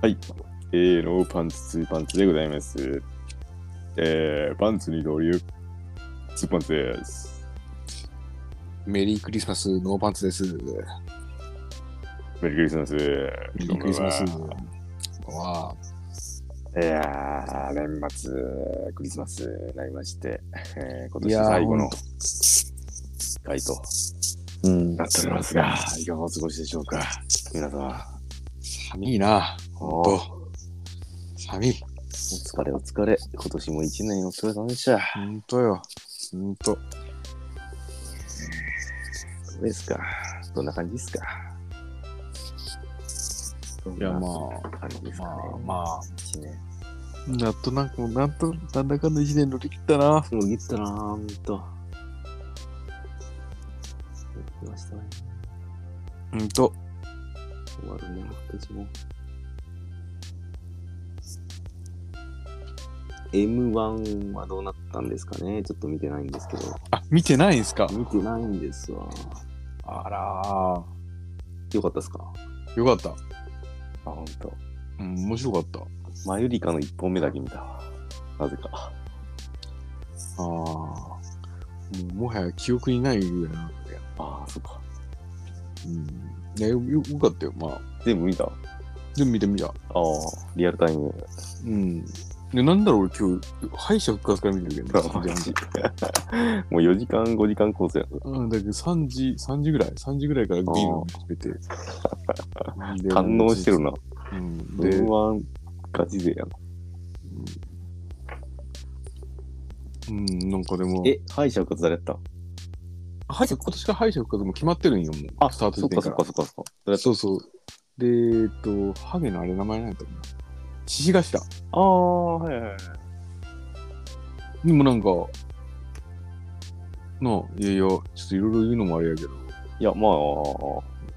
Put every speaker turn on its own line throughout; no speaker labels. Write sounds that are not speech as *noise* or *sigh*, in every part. はい。えー、ローパンツ、ツーパンツでございます。えー、パンツに合流、ツーパンツです。
メリークリスマスノーパンツです。
メリークリスマス。メ
メリークリスマス。わ
いやー、年末、クリスマスになりまして、えー、今
い
年
やー
最後の
ほん
回と
うん
なっておりますが、いかがお過ごしでしょうか、皆様。
寒いな。
お
お寒い。
疲れお疲れ、今年も一年お疲れ様でした。
ほんとよ。ほんと。
どうですかどんな感じですか
いや、まあ、
あ、感じです
ま
かね。
あ、ま
一年。
あ、やっとなんかもう、なんと、なんだかんだ一年乗り切ったな。
もう切ったなぁ、ほんと。来ましたね。
ほんと。
終わるね、今年も。M1 はどうなったんですかねちょっと見てないんですけど。
あ、見てないんすか
見てないんですわ。
あら
よかったですか
ー。よかった。
あ、ほんと。
うん、面白かった。
マユリカの1本目だけ見たわ。なぜか。
ああ。もうもはや記憶にないぐらいなんだよ。
ああ、そっか。
うん。いや、よよよかったよ。まあ、
全部見たあ
全部見てみた。
あ、リアルタイ *laughs* ム。
うん。で、なんだろう、俺今日、敗者復活から見てるけど、ね、全然
*laughs* もう4時間、5時間コースやな。
うん、だけど3時、3時ぐらい ?3 時ぐらいからビールを始めて。
*laughs*
で
感動してる。な。
うん、で、
M1 ガチ勢やな。
うん、なんかでも、
え、敗者復活誰やった
敗者今年から敗者復活も決まってるんよ、もう。スタート
そ
時
っか
点
そ
か
っか。そ
ら
っかそっか。誰やった
そうそう。で、えっと、ハゲのあれ名前なんだったかな。獅子頭。
ああ、はいはいはい。
でもなんか、なあ、いやいや、ちょっといろいろ言うのもあれやけど、
いや、まあ、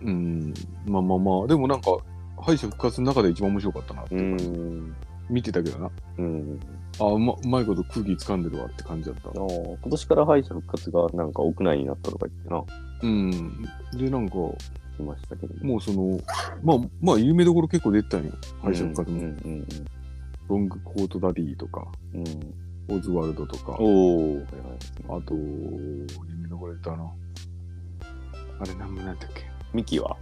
うん、まあまあまあ、でもなんか、敗者復活の中で一番面白かったなって
う
いう感じ、
ん。
見てたけどな。
うん。
あうまうまいこと空気掴んでるわって感じだった
あ。ー今年から敗者復活がなんか屋内になったとか言ってな、
うん。で、なんか、も
来ましたけども。
うその、まあ、まあ、有名どころ結構出てたんよ。敗者復活
うん
も。
うん
ロングコートダディとか、
うん。うん、
オズワルドとか、
おお、はいはい。
あと、有名どころ出たな。あれ、なんもなんだっけ。
ミキは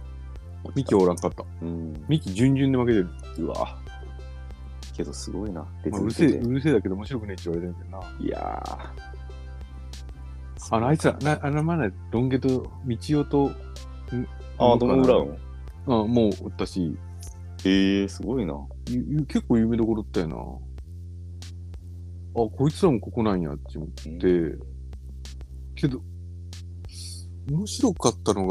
ミキおらんかった。
うん。
ミキ準々で負けてる。
うわ。けどすごいな。出
まあ、う
続
るせえ、
けて
うるせえだけど面白くねえって言われてるけどな。
いやー
あの、あいつら、なあの前のロン毛と、道夫と、
ああ、どの裏も。
うん、もうおったし、
ええー、すごいな。
ゆゆ結構有名どころだったよな。あ、こいつらもここなんやって思って、けど、面白かったのが、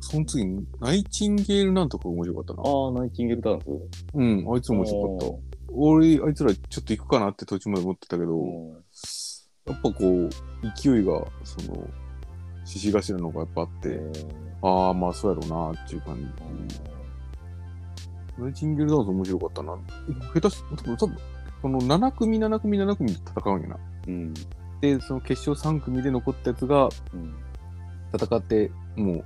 その次、ナイチンゲールなんとか面白かったな。
ああ、ナイチンゲールダンス
うん、あいつも面白かった。俺、あいつらちょっと行くかなって途中まで思ってたけど、
うん
やっぱこう、勢いが、その、獅子頭の方がやっぱあって、ああ、まあそうやろうなっていう感じ。ナイチンゲールダンス面白かったな。下手し、多分この7組、7組、7組で戦うんやな。
うん。
で、その決勝3組で残ったやつが
うん。
戦って、もう、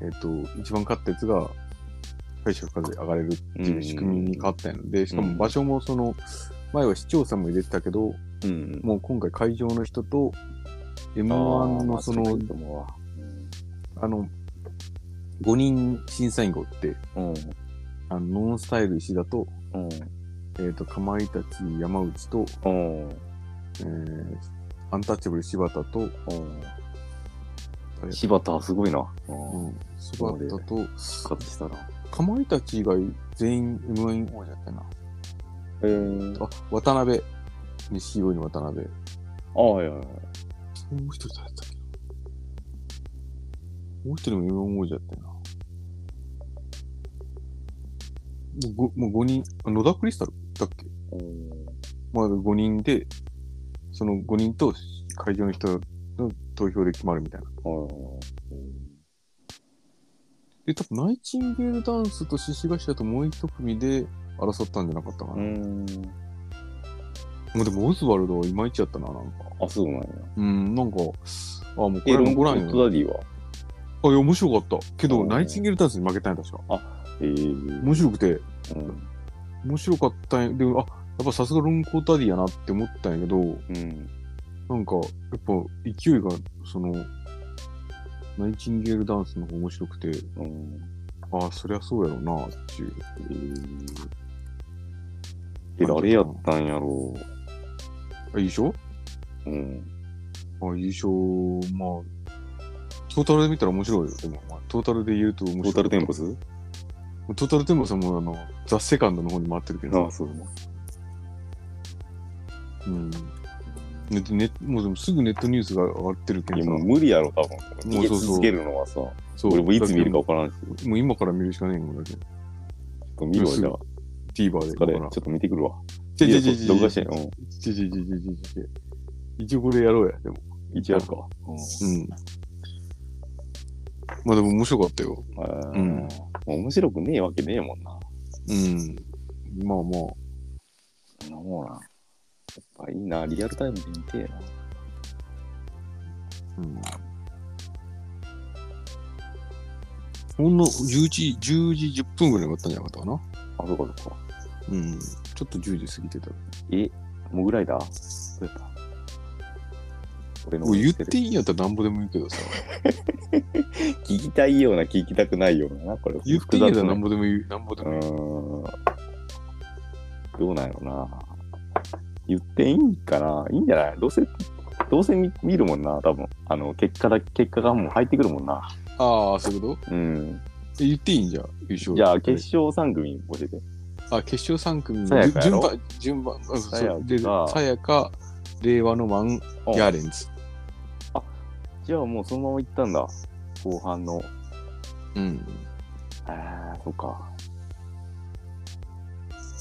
えっ、と、一番勝ったやつが、敗者復活で上がれるっていう仕組みに変わったんやで、しかも場所もその、前は市長さんも入れてたけど、
うん。
もう今回会場の人と、
あー
M1
ま
の
あ
そ
少
の
ない、と思うわうん
あの、5人審査員がおって、
うん。
あの、ノンスタイル石田と、
うん。
えっ、と、かまいたち山内と、
うん。
えー、アンタッチャブル柴田と、
うん。柴田、すごいな。
うん、柴田と、
復活したな。
かまいたち以外全員 M1 王者やったな。
えー、
あ、渡辺。錦鯉の渡辺。も
あ、はいはいは
う一人誰だったっけなもう一人も M1 王者やったよな。もうごもう5人、あ野田クリスタルだっけ
い。
まあ5人で、その5人と会場の人の投票で決まるみたいな。
は
で、多分ナイチンゲールダンスと獅子頭ともう一組で争ったんじゃなかったかな。
い。うん。
もうでもオズワルドはいまいちやったな、なんか。
あ、そうなんや。
うん、なんか、あ、もうこ
え、
れ
ロ
も
ング
ご
コ
覧
ー
よ。
トダディは
あ、いや、面白かった。け
う
ど、
ん
ナイチンゲールダンスに負けたんや、確か。
ええー。
面白くて、
うん。
面白かったんや。でも、あ、やっぱさすがロングコートダディやなって思ったんやけど、
うん。
なんか、やっぱ勢いが、その、ナイチンゲールダンスの方が面白くて、
うん。
ああ、そりゃそうやろうな、っていう。
え、誰やったんやろ
あ、優勝
う。うん。
あ、優勝、まあ、トータルで見たら面白いよ。でも、まあ、トータルで言うと面
ト
白い。
ータルテンポス
トータルテンポスはもうあの、ザ・セカンドの方に回ってるけど。
ああ、そうだね。
うん。ね、ね、もうでもすぐネットニュースが上がってるけ
い
ど
や、
さ
もう無理やろ、多分。
も
逃
う
げ
そうそう
続けるのはさ、
そう
俺もいつ見るか
だ
分からんし、ちょ
けどもう今から見るしかないもんだけど。
っと見るわ、じゃあ。
TVer で。
疲れ、ち
だ
ょ
から
っと見てくるわ。
ちょちょちょ
い
ち
や
ょ
録画して、うん。
ちょちょちょちょちょちょ一応これやろうや、でも。
一応やるか。
うん。まあでも面白かったよ。
うん。
うん
もう面白くねえわけねえもんな。
うん。まあまあ。
そんなもんな。やっぱいいな、リアルタイムで見てえな。
うんほんの10時、10時10分ぐらいだったんじゃなかったかな。
あ、そうかそうか。
うん。ちょっと10時過ぎてた。
え、モグライダーどうやった俺の
もう言っていいんやったらなんぼでも言うけどさ。
聞きたいような、聞きたくないようなな、これ。
言っていいんやったら
な
なんぼでも言う。なんぼで
う
も言う。
ーん。どうなんやろな。言っていいんかないいんじゃないどうせ、どうせ見見るもんな、多分。あの、結果だ、結果がもう入ってくるもんな。
ああ、そういうこ
うん。
とえ言っていいんじゃん、優勝。
じゃあ、決勝3組教えて。
あ、決勝3組
さやかや
順
ろ
番、順番。あ
さや
そ
か
うでさやか、令和のマン、
うん
ヤーレンズ。
じゃあ、もうそのまま行ったんだ。後半の。
うん。
ああ、そっか。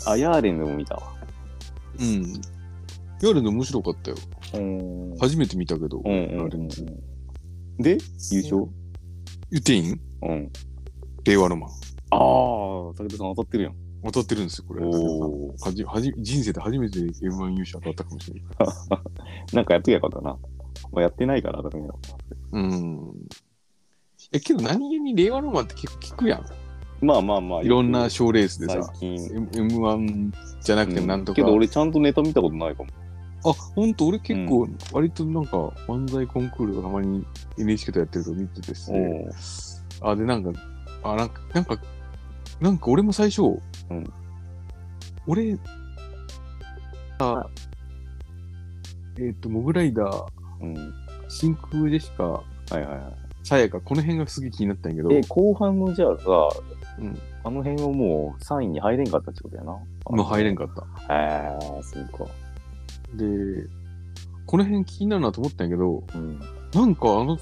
あ、ヤーレンでも見たわ。
うん。ヤーレンズ面白かったよ。
うん。うん
初めて見たけど。
うん
ヤ
う
ー
ん
レンズ
うん。で、優勝
言っていいん
うん。
令和のマン。
ああ、武田さん当たってるやん。
当たってるんですよ、これ。
お
はじはじ人生で初めて M1 優勝当たったかもしれない。
ー。なんかやっときゃよかったな。まあ、やってないから当たるんやろ
うん。え、けど何気に令和ロマンって結構聞くやん。
まあまあまあ。
いろんな賞レースで
最
さ、
近。
M- M1 じゃなくて
うん
なんとか。
けど俺ちゃんとネタ見たことないかも。
あ、ほんと俺結構、割となんか漫才コンクールがたまに NHK とやってると見ててですね。
おー
あ、でなんか、あ、なんか、なんか、なんか俺も最初、
ん
俺、あ、えっ、と、モグライダー、
うん。は
真空ジェシカ、
いはいは
さやか、この辺がすげえ気になったんやけど
い。で、、後半のじゃあさ、
うん
あの辺はもう3位に入れんかったってことやな。
もう入れん
か
かった。
った。あーそうか。
で、この辺気になるなと思ったんやけど、
うん。
なんかあの、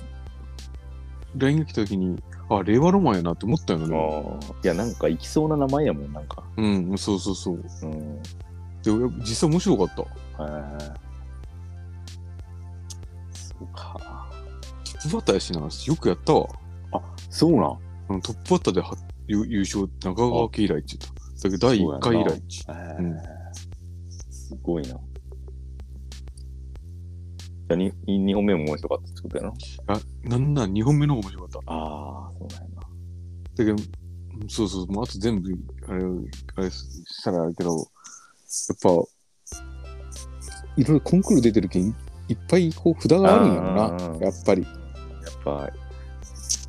LINE が来た時に、あ、令和ロマンやなって思ったよ
あ
ね。
ーいや、なんか行きそうな名前やもん、なんか。
うん、そうそうそう。
うん。
で、俺実際面白かった。
へーそうか。
トップバッターやしな、よくやったわ。
そうなん。
うんトップバッターでは優優勝、中川家以来って言った。だけど、第1回以来って言った。
え
うん
ーすごいな。じゃあに2本目も面白かったってことやな。
あなんなら2本目の方が面白かった。
ああ、そうなんやな。
だけど、うんそうそう、もうあと全部、あれ、あれしたらあれけど、やっぱ、いろいろコンクール出てるけん、いっぱいこう札があるんやろ
うん
な、やっぱり。
やっぱ、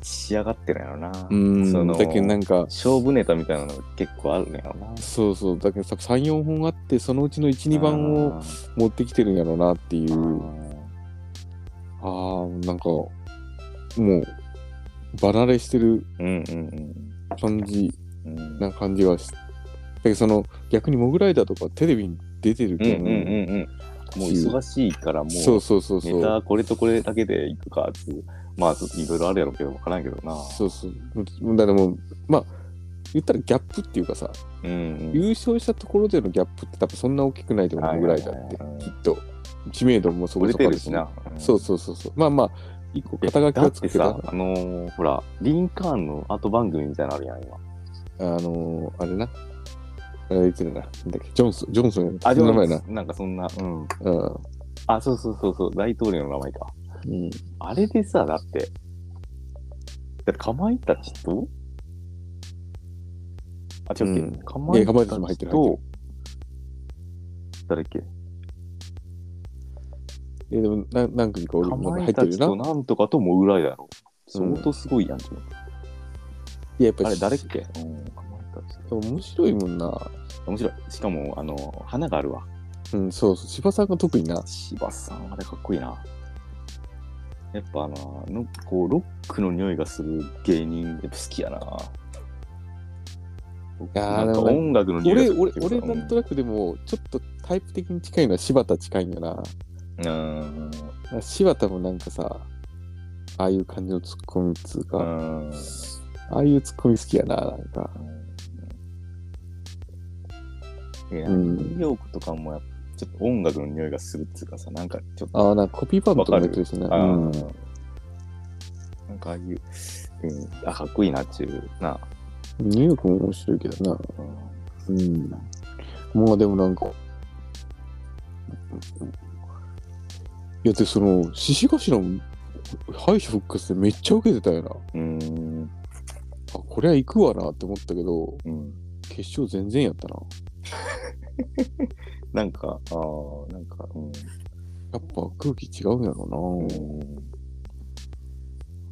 仕上がってるんやろな。
うん、
その
だけどなんか、
勝負ネタみたいなのが結構あるんやろな。
そうそう、だけどさ、3、4本あって、そのうちの1、2番を
あ
持ってきてるんやろなってい
ー
う、あー、なんか、もう、離れしてる
うんうん
感じ
うん。うん
な感じがし、だけどその、逆にモグライダーとかテレビに出て
う
る
んう
け
んうんうん。もう忙しいから、もう。
そうそうそうそう。
ネタこれとこれだけでいくかっていうまあちょっといろいろあるやろうけど分からんけどな
そうそう。だからもう、まあ、言ったらギャップっていうかさ、
うんうん
優勝したところでのギャップって多分そんな大きくないと思うぐらいだって、
はいはいはい
きっと。知名度もそこ
売れ
そこ
て
あ
る
る
し
し。
な、うん
そうそうそうそう。まあまあ、一個肩書き
だ
を
っ
つけ
て
て
さ
た。
あのーほらリンカーンの後番組みたいなのあるやん今
あのー、あれな。あれ言ってるな。なんだっけ、ジョンソン、ジョンソンやな。
あ
その名前な。
なんかそんなうん
うん。
あそうそうそうそう大統領の名前か
うん、
あれでさだってだってかまいたちとあ、違うっ
うん
け、かまい
えかまい
た
たちも入っ
ち
てる
と、誰っけ
えでもな何組か俺
か
も
ま
入
い
って
た
る
ち
よ
と
な。
なんとかとモグライダーの。
うん
相当すごいやん、ちょっ
いややっぱ
と
り
あれ、誰っけうん、かまいたち
でも面白いもんな。
面白い。しかも、あの、花があるわ。
うん、そうそう。柴さんが特にな。
柴さん、あれかっこいいな。やっぱあの、のこう、ロックの匂いがする芸人、やっぱ好きやな。
いやー
なんか
でもなんか
音楽の匂いが
俺、
するって、い
俺俺
うか
なんとなくでも、ちょっとタイプ的に近いのは柴田近いんよな。
うん。
柴田もなんかさ、ああいう感じのツッコミっつう
う
か、
ん。
ああいうツッコミ好きやな、なんか。
いや、
うん
ニューヨークとかもやっぱちょっと音楽の匂いがするっていうかさ、なんかちょっと、
ああ、なんかコピーパンとかもやってるしな。
あー
う
な
ん。
んかああいう、うん、あ、かっこいいなっちゅうな。
ニューヨークも面白いけどな。
うん
うん。まあでもなんか。いや、で、その、獅子頭も敗者復活でめっちゃ受けてたよな。あ、
うん。
これは行くわなって思ったけど、
うん
決勝全然やったな。
なんか、ああ、なんか、うん。
やっぱ空気違うんやろ
うん
な。。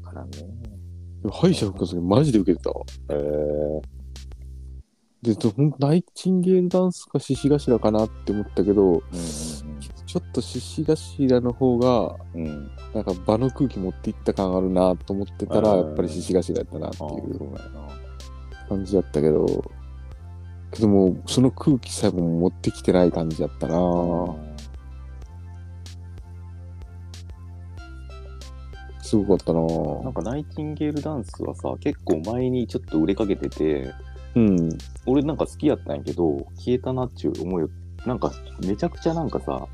わからんね。
でも敗者復活でマジで受けてたわ。
えー、
で、ほんナイチンゲールダンスか獅子頭かなって思ったけど、ちょっと獅子頭の方が、
うん。うん。
なんか場の空気持っていった感あるなと思ってたら、
うん
やっぱり獅子頭やったなって
ああ、
いう。
そうだよな。
感じだったけど、けどもうその空気さえも持ってきてない感じだったなすごかったな
なんかナイチンゲールダンスはさ、結構前にちょっと売れかけてて、
うん。
俺なんか好きやったんやけど、消えたなっちゅう思いを、なんかめちゃくちゃなんかさ、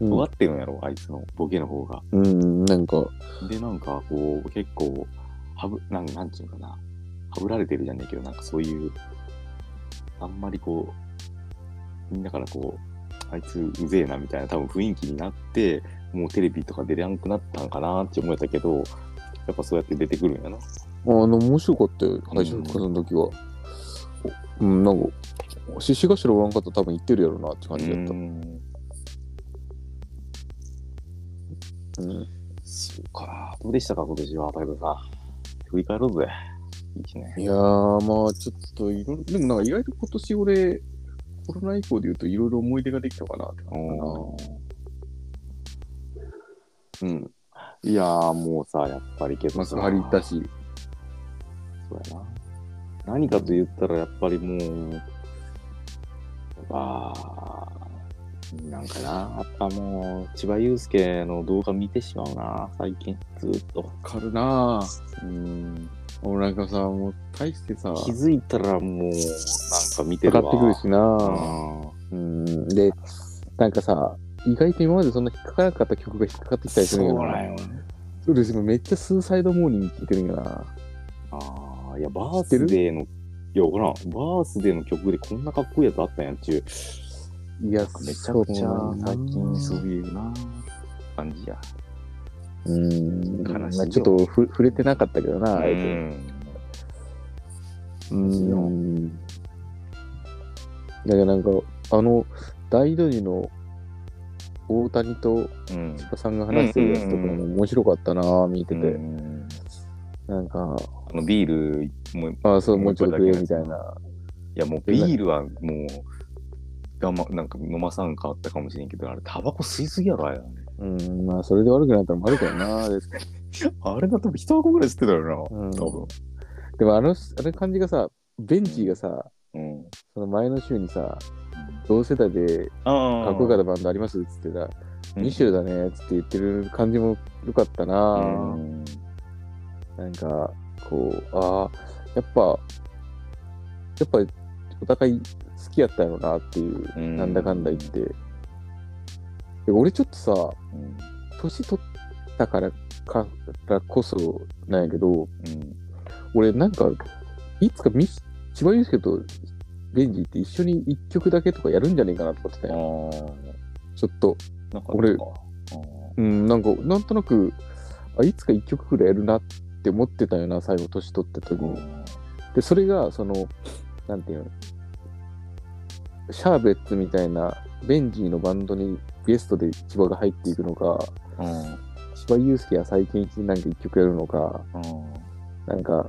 う
尖
ん
ってるんやろ、あいつのボケの方が。
うん、なんか、
で、なんかこう、結構、はぶ、なんなんちゅうのかな、はぶられてるじゃねえけど、なんかそういう、あんまりこう、みんなからこう、あいつうぜえなみたいな多分雰囲気になって、もうテレビとか出れなくなったんかなって思えたけど、やっぱそうやって出てくるんやな。
あの、面白かったよ、敗者復活の時は。うん、なんか、獅子頭おらんかったら多分行ってるやろなって感じだっ
うん
た。うん。
そうか。どうでしたか、今年は、太蔵さん。振り返ろうぜ。一年。
いやー、まあちょっといろ、でもなんか意外と今年俺、コロナ以降で言うといろいろ思い出ができたかなって感じかな。
うん。いやー、もうさ、やっぱりけど
まあ、
さ
サハリ行ったし。
そうやな。何かと言ったら、やっぱりもう、やっぱ、なんかな、やっぱもう、千葉雄介の動画見てしまうな、最近、ずっと。
わかるなぁ。
うん。
俺なんかさ、もう大してさ、
気づいたらもう、なんか見て
上
るわ。
がってくるしなぁ。
うん
うん。で、なんかさ、意外と今までそんな引っかからなかった曲が引っかかってきたりするんや
そう
な。
なんよね。
そうですね。めっちゃスーサイドモーニング聴いてるんやな。
ああ、いや、バースデーの、いや、ほらん、バースデーの曲でこんなかっこいいやつあったんやんちゅう。
いや、
めちゃくちゃ最近そう
う
いうな感じや。
うん。
悲しいよ
まあちょっとふ触れてなかったけどな、あえて。う
しいよ
ん。だからなんか、あの、大の字の大谷と
うん。
千葉さんが話してるやつとかも面白かったなぁ、見てて。
うん
なんか、
あのビール、もう、い
あそう、
も
も
う
う
ち
ち
ょ
ょ
っ
っ
と
と
くれ
くれ
よみ
み
た
た
い
いな。
や、もうビールはもう、我慢、なんか飲まさんかったかもしれんけど、あれ、タバコ吸いすぎやろ、あれ。
うん、まあ、それで悪くなったのもあるけどな。で
あれだと一箱ぐらい吸ってたよ
うん
な、多
でも、あの、あれ感じがさ、ベンチがさ、
分。うん。
その前の週にさ、同世代で
ああ。
かっこよかったバンドありますっつってた、
うん
ミシュルだねっつって言ってる感じもよかった
う
な。
ん
なんか、こう、ああ、やっぱ、やっぱ、お互い好きやったやろなっていう、
うん
なんだかんだ言って。で俺ちょっとさ、
うん
年取ったからからこそなんやけど
うん
俺なんかいつかミス千葉祐介とベンジって一緒に一曲だけとかやるんじゃねえかなと思ってた
あ
よ
ー
ちょっと
なんか
俺
あったか
うんなんかなんとなくあいつか一曲ぐらいやるなって思ってたよな最後年取った時
う
に
ん
でそれがその
なんていうの、シャーベッツみたいな、ベンジーのバンドにゲストで千葉が入っていくのか、
うん。
千葉祐介や最近一なんか一曲やるのか、
うん。
なんか、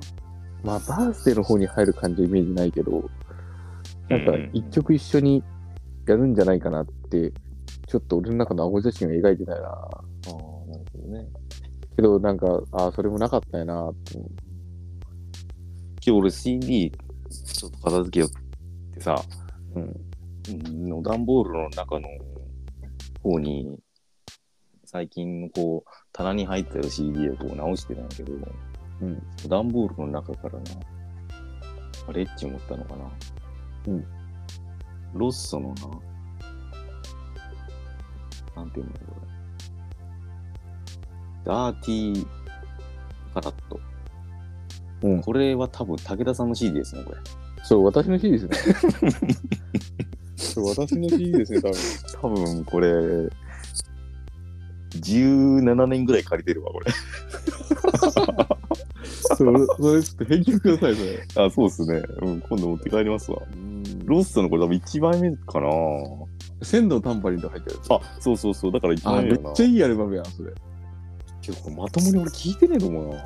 まあ、バースデーの方に入る感じはイメージないけど、なんか
うん
一曲一緒にやるんじゃないかなって、ちょっと俺の中の顎写真は描いてないな。
ああ、なるほどね。
けど、なんか、ああ、それもなかったよなって思う。
今日俺 CD ちょっと片付けようってさ、
うん。
うんの段ボールの中の方に、最近のこう、棚に入ってる CD をこう直してたんだけど、
うん
段ボールの中からな、あれっち思ったのかな。
うん
ロッソのな、なんていうんだろう、これ。ダーティーカラット。
うん
これは多分武田さんの CD ですね、これ。
そう、私の日ですね。 *laughs*
そう私の CD ですね、多分。
多分これ、17年ぐらい借りてるわ、これ。
そうそれちょっと返却ください、そ
*laughs*
れ。
あ、そうっすね。うん、今度持って帰りますわ。ロッソのこれ多分1枚目かな
鮮度タンパリンと入ってるやつ。
あ、そうそうそう。だから1
あ、
枚
め
目
っ
だな。
ちゃいいアルバムやん、それ。
けどこれまともに俺聞いてねえと思うな。聞
い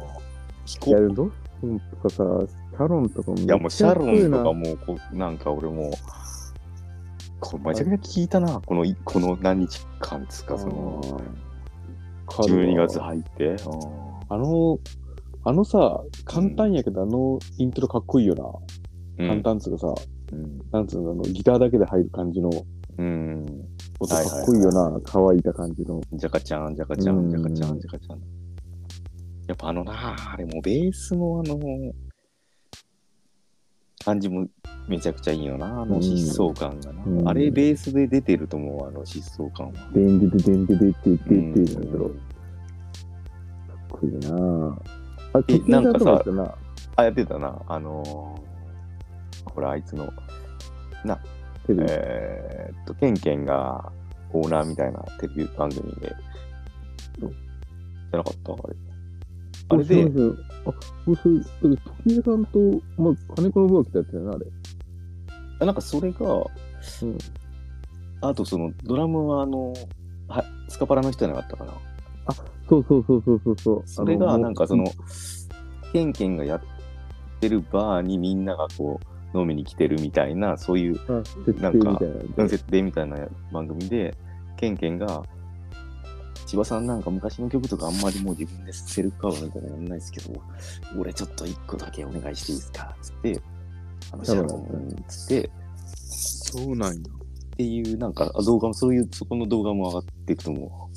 こ
や、
う。
ロッソンとかさ、シャロンとかもめっ
い
ちゃ
や、もうシャロンと
か
かもうこう、なんか俺もう、これめちゃくちゃ聞いたな。このい、この何日間ですか、その、12月入って。
あの、あのさ、簡単やけど、あのイントロかっこいいよ
う
な。
ん
簡。単っつうかさ、
うん。
なんつうの、あのギターだけで入る感じの
うん。
音
はいは
か
い
っ
かっ
こ
こ
い
い
い
い
よ
よ
な。
な、乾いた感じの。
じゃかちゃん、じゃかちゃん、
うん
じゃかちゃん、じゃかちゃん。やっぱあのなあ、あれもうベースのあの、感じもめちゃくちゃいいよな、あの
うん
疾走感がな。
うん
あれベースで出てると思う、あの疾走感は。
でんでででんででってって
うん
ってなんだろう。かっこいいなあ、
え
結局
なんかさ
だったな。
あ、やってたな、あのー、ほら、あいつの、
テレビ
えーっと、ケンケンがオーナーみたいなテレビ番組で、じゃなかったあれ。あれで、
あ、そうそう、それ、時江さんと、まあ、金子の浮気だったよな、あれ。
あなんかそれが、
うん
あとそのドラムはあのはスカパラの人じゃなかったかな
そうそうそうそうそうそう。
それが
あの
なんかそ、のケンケンがやってるバーにみんながこう飲みに来てるみたいなそういう
もうあ設定みたい
なんか
な。
設定みたいな番組でケンケンが千葉さんなんか昔の曲とかあんまりもう自分でセルフカバーみたいなのやんないですけど俺ちょっと一個だけお願いしていいですかつってあのシャロンつって
そうなんや。
っていう、なんかあ動画も、そういう、そこの動画も上がっていくと思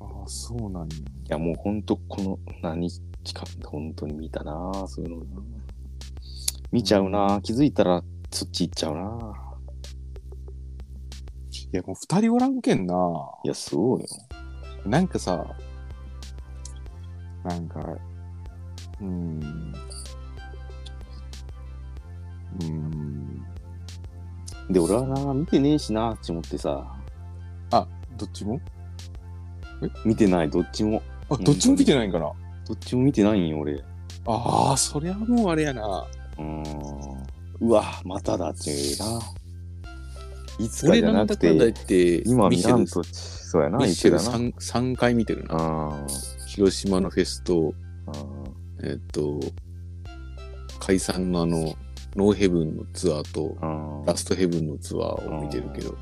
う。
ああ、そうなんや。
いや、もうほんと、この何日か、本当に見たなあそういうのな見ちゃうなあ気づいたらそっち行っちゃうなあ
いや、もう二人おらんけんな。
いや、そうよ。
なんかさ、なんか、うーん。うーん。
で、俺はなあ見てねえしなあって思ってさ、
あ、どっちも
見てない、どっちも。
あ、どっちも見てないんかな。
どっちも見てないんよ、俺。う
ああ、そりゃもうあれやな。
ーん。うわ、まただっていうな。いつか
俺
じゃ
なん
な
だ
く、
かんだ言ってて、
今
ミ
見
シェ
らん
ル
と、そうやな、
ミ
い
シェ
つ
ル
だな。
3, 三回見てるな。
あ
広島のフェスと、
あ。あ
えっ、と、解散のあの、ノーヘブンのツアーと、
あ。
ラストヘブンのツアーを見てるけど、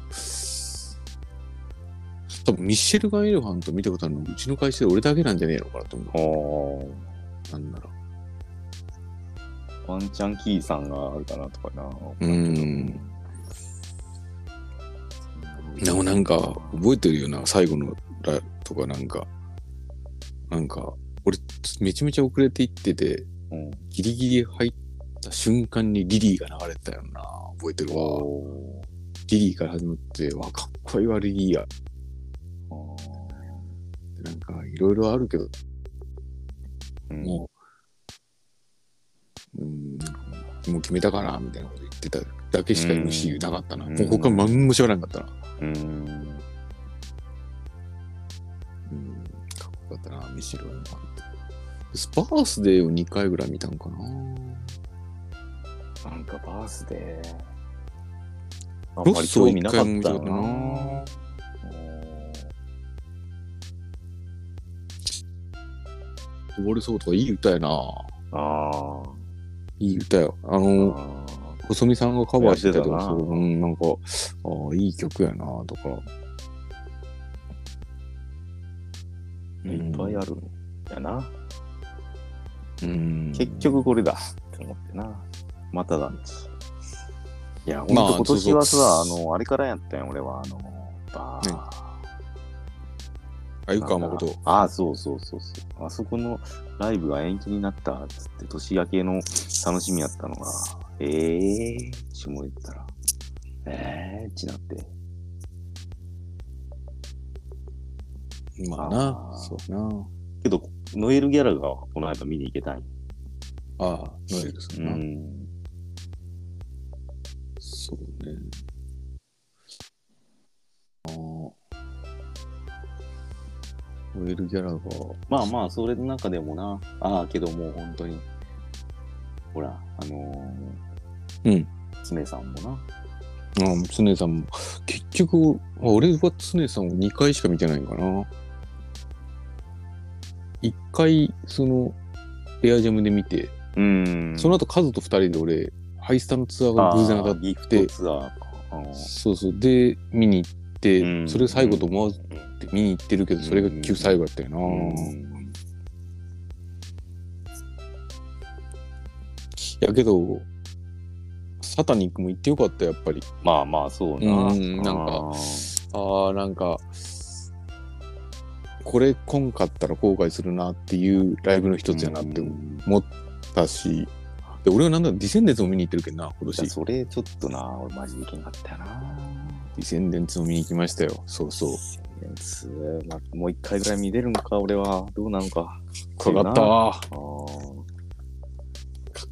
多分ミッシェルガン・エレファント見たことあるの、うちの会社で俺だけなんじゃねえのかなと思
ああ。
う。なんなら。
ワンチャンキーさんがあるかなとかな。
うん。でもなんか、覚えてるよな、最後のラとかなんか、なんか、俺、めちゃめちゃ遅れていってて、
うん、
ギリギリ入った瞬間にリリーが流れてたよな、覚えてるわ。
お
リリーから始まって、わ、かっこいいわ、リリーや。
ー
なんか、いろいろあるけど、
うん
もう、うん、なんかもう決めたかな、みたいなこと言ってただけしか
うん
MC なかったな。
う
も
ん
う他何も知らなかったな。
うん。
うん、かっこよかったな、ミシェルは。スパースデーを2回ぐらい見たんかな。
なんかバースデー。あ
ロ
ん
ッ
まり
ソ
興
一
味なか
回
っ
も見
た
たこと
な。
な溺れそうとかいい歌やな。
あ
いい歌よ。あ
ー
の、
あー。
細見さんがカバーしてたけ
や
ど、
ってたな
そう、うん、なんか、ああ、いい曲やな、とか。
いっぱいあるんやな。
うん。
結局これだって思ってな。まただ。いや、ほんと
まあ
今年は
そう
さ、あ
そう
の、あれからやったやん、俺は。あの、バー。
あ、湯川誠。
ああ、そうそうそうそう。あそこのライブが延期になったっつって、年明けの楽しみやったのが、ええー、下言ったら、ええー、ちなって。
まあ
あ
な、
ー
そうやな。
けど、ノエルギャラがこの間見に行けたんや。
ああ、ノエルさんな。
ん。
そうね。ああ。ノエルギャラが、
まあまあ、それの中でもな、ああ、けどもう本当に、ほら、あの
うん。
ー、常さんもな、
うん、常さんも、結局、あ俺は常さんを2回しか見てないんかな。1回、その、レアジャムで見て、
うん
その後、カズと2人で俺、ハイスタのツアーが偶然当たって、
ギフトツアーか。あの
そうそう、で、見に行って、
うん
それ最後と思わずって見に行ってるけど、それが旧最後やったよな。
うん
やけど、サタニックも行ってよかった、やっぱり。
まあまあ、そうな。
うんなんか
あ
ああ、なんか、これ来んかったら後悔するなっていうライブの一つやなって思
うん
ったし、で俺はなんだろうディセンデンツも見に行ってるけどな、今
いや
年。
それちょっとな、俺マジでいけんかったよな。
ディセンデンツも見に行きましたよ。そうそう。
センスまあ、もう一回ぐらい見れるのか、俺は。どうなのか。
かっこよかったわ。
ああ、
かっ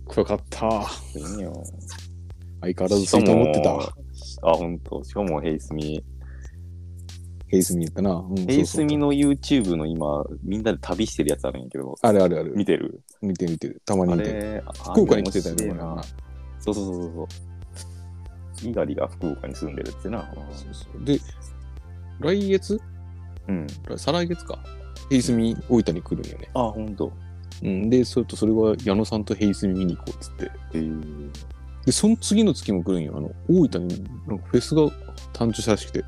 こよかったわ。
いいよ。
相変わらずそう思ってたわ。
あ、ほんと。しかも、ヘイスミ。
ヘイスミやったな。うんそうそう
ヘイスミの YouTube の今、みんなで旅してるやつあるんやけど、
あるあるある。
見てる
見てる見てる。たまに
あ
見てる。
れ、
福岡に来てたよ
あれ
ね、
面白い
俺
な
な。
そうそうそうそう。猪狩が福岡に住んでるってな。
そうそうで、来月
うん。
再来月か。ヘイスミ大分に来るんよね。
あ、ほんと。
うん、で、それとそれは矢野さんとヘイスミ見に行こうっつって。
えー、
で、その次の月も来るんよ。あの、大分になんかフェスが誕生したらしくて、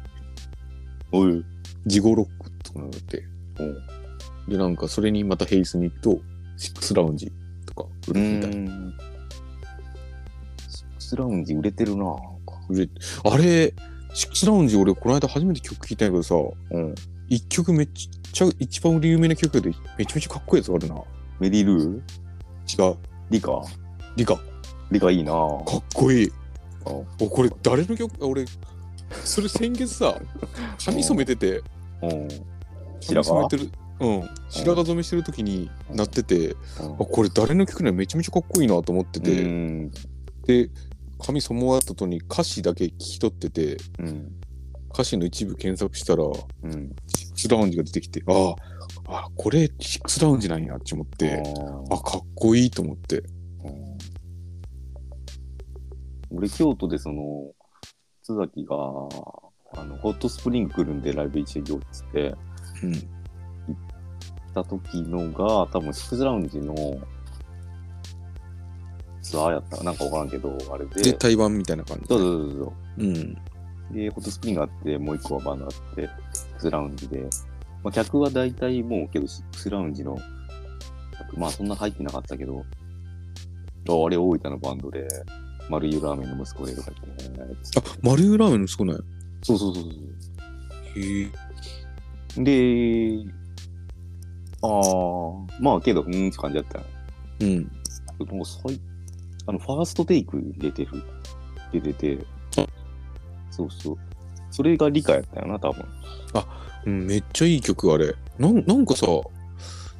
おい。
ジゴロックとかなって。
おう
で、なんかそれにまたヘイスミとシックスラウンジとか売
う
るみたい。
ん。シックスラウンジ売れてるな。
売れあれ、シックスラウンジ俺この間初めて曲聴いたんやけどさ、
うん。
一曲めっちゃ、一番有名な曲でめちゃめちゃかっこいいやつあるな。
メリルー
違う。
リカ
リカ、
リカいいな。
かっこいい。
あ
おこれ誰の曲あ俺、それ先
*laughs*
月さ、髪染めてて、
うん。
白
白
髪染
髪
めてる、うん、白髪染めしてる時になってて、
うん
あこれ誰の曲なのめちゃめちゃかっこいいなと思って
う
て、
ん。
で髪染まった後に歌詞だけ聞き取ってて
うん。
歌詞の一部検索したら
うん。
シックスラウンジが出てきてあああこれシックスラウンジなんやって思って、
あ
あかっこいいと思って
うん俺、京都でその、津崎が、あの、ホットスプリング来るんでライブ一緒に行こうっつって、行
うん
った時のが、多分シックスラウンジのツアーやったなんかわからんけど、あれで。
絶対版みたいな感じ
そうそうそうそう。
うん
で、ホットスプリングあって、もう一個はバナーあって、シックスラウンジで、まあ、客は大体もうけど、シックスラウンジの客、まあそんな入ってなかったけど、ああれ大分のバンドで、丸湯ラーメンの息子でとか言って、
あマルーラーメンの少ない
そうそうそう
へえ
そう。で、ああ、まあけど、うーんって感じだったよ。
うん
もう最、あの、ファーストテイク出てる。出てて、そうそう。それが理解やったよな、多分。
うんめっちゃいい曲あれなんなんかさ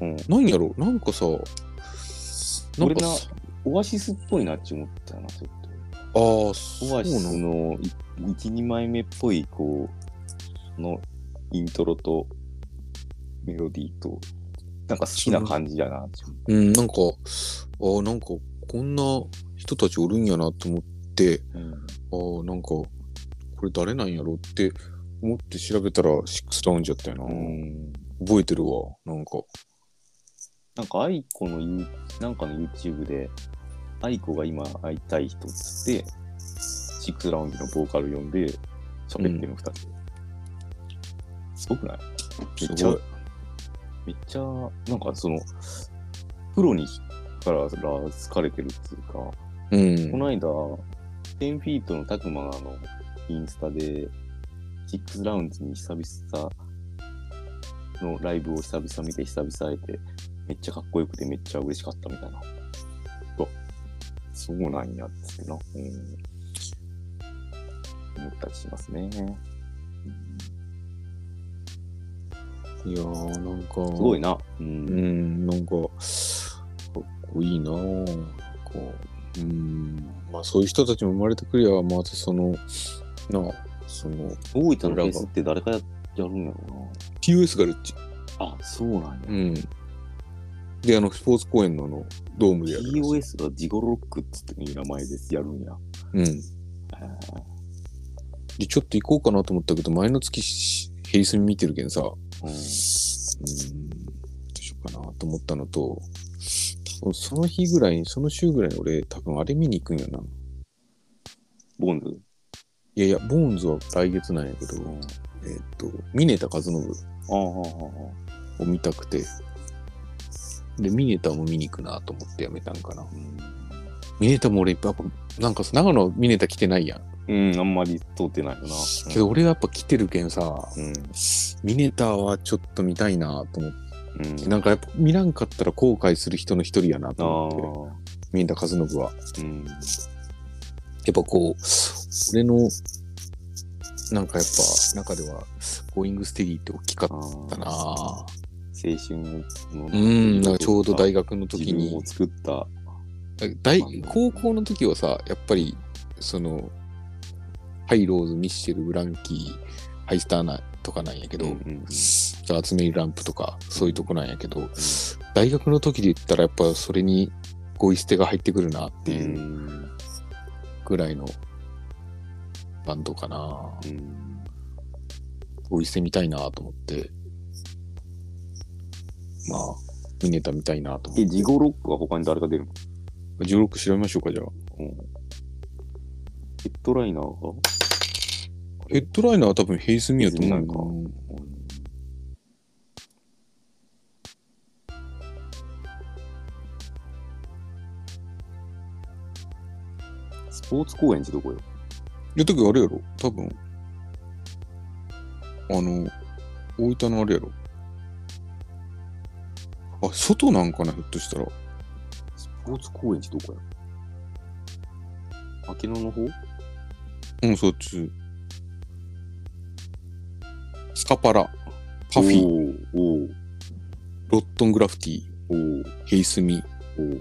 うん。
なんやろなんかさなん
俺
か
な
さ
オアシスっぽいなって思ったよな、ちょっ
ああ、
と。
そう
オ
な
アシス
の
のい一二枚目っぽい、こう、のイントロとメロディーと、なんか好きな感じだなって思う。
うん、なんか、ああ、なんか、こんな弾人たちおるんやなと思って、
うん。
ああ、なんか、これ誰なんやろって思って調べたら、シックスラウンジやったよな。
うん。
覚えてるわ、なんか。
なんか、アイコのユー、なんかの YouTube で、アイコが今会いたい人っつって、シックスラウンジのボーカル呼んで、喋ってるの2つ。すごくないめ
す
っちゃ
ごい。
めっちゃ、なんかその、プロにからら好かれてるっていうか、
うん。
この間、10フィートのたくまのインスタで、シックスラウンジに久々のライブを久々見て、久々会えて、めっちゃかっこよくてめっちゃ嬉しかったみたいな。うわそうなんやっつってな。うん。思ったりしますね。
いやー、なんか。
すごいな。う。
うんん、なんか、かっこいいなぁなんかうん、まあそういう人たちも生まれてくりゃ、まずその、なあ、その、
大分のフェスって誰かややるんやろ
TOS ガルッ
う
チ。
な。あ、そうなんや。
うん。で、あの、スポーツ公園のあの、ドームでやるらしい。
TOS がジゴロックっつっていう名前ですやるんや。
うん。で、ちょっと行こうかなと思ったけど、前の月し、ヘイスミ見てるけんさ、うん、ど
うん
うしようかなと思ったのと、多分その日ぐらいに、その週ぐらいに俺、多分あれ見に行くんよな。
ボンズ
いやいや、ボーンズは来月なんやけど、えっと、峰田和信
ああ、ああ、あ
を見たくて、で、峰田も見に行くなと思ってやめたんかな。峰田も俺、やっぱ、なんかさ長野峰田来てないやん。
うん、あんまり通ってないよな。
けど俺やっぱ来てるけんさ、
うん、
峰田はちょっと見たいなと思っ
うん
て、。なんかやっぱ見らんかったら後悔する人の一人やな
あ
と思って、峰田和信
あ、
は。
うん。
やっぱこう、俺の、なんかやっぱ中では、ゴーイングステディって大きか
ああ
ったなぁ。
青春の。
うん、なんかちょうど大学の時
自分
に
を、作った。
大高校の時はさ、やっぱり、その、ハイローズ、ミッシェル、ブランキー、ハイスターなとかなんやけど、
うんうん
集めるランプとか、そういうとこなんやけど、大学の時で言ったら、やっぱそれに、ゴイステが入ってくるなって
う。
いうんぐらいのバンドかな。
うん
ゴイステ見たいなと思って、まあ、ミネタ見たいなと思
え、
っ
ジ
て。
ゴロックは他に誰か出るの
16調べましょうか、じゃあ。
ヘッドライナーが
ヘッドライナーは多分ヘイスミやと思う
ヘイスミ
よな。
スポーツ公園ちどこよ。
やったけあれやろ多分。あの、大分のあれやろあ、外なんかな、ひょっとしたら。
スポーツ公園ちどこよ。明野の方
うん、そっち。スカパラ、パフィ、
ィ。おー
ロットングラフティ、
おー
ヘイスミ、
おー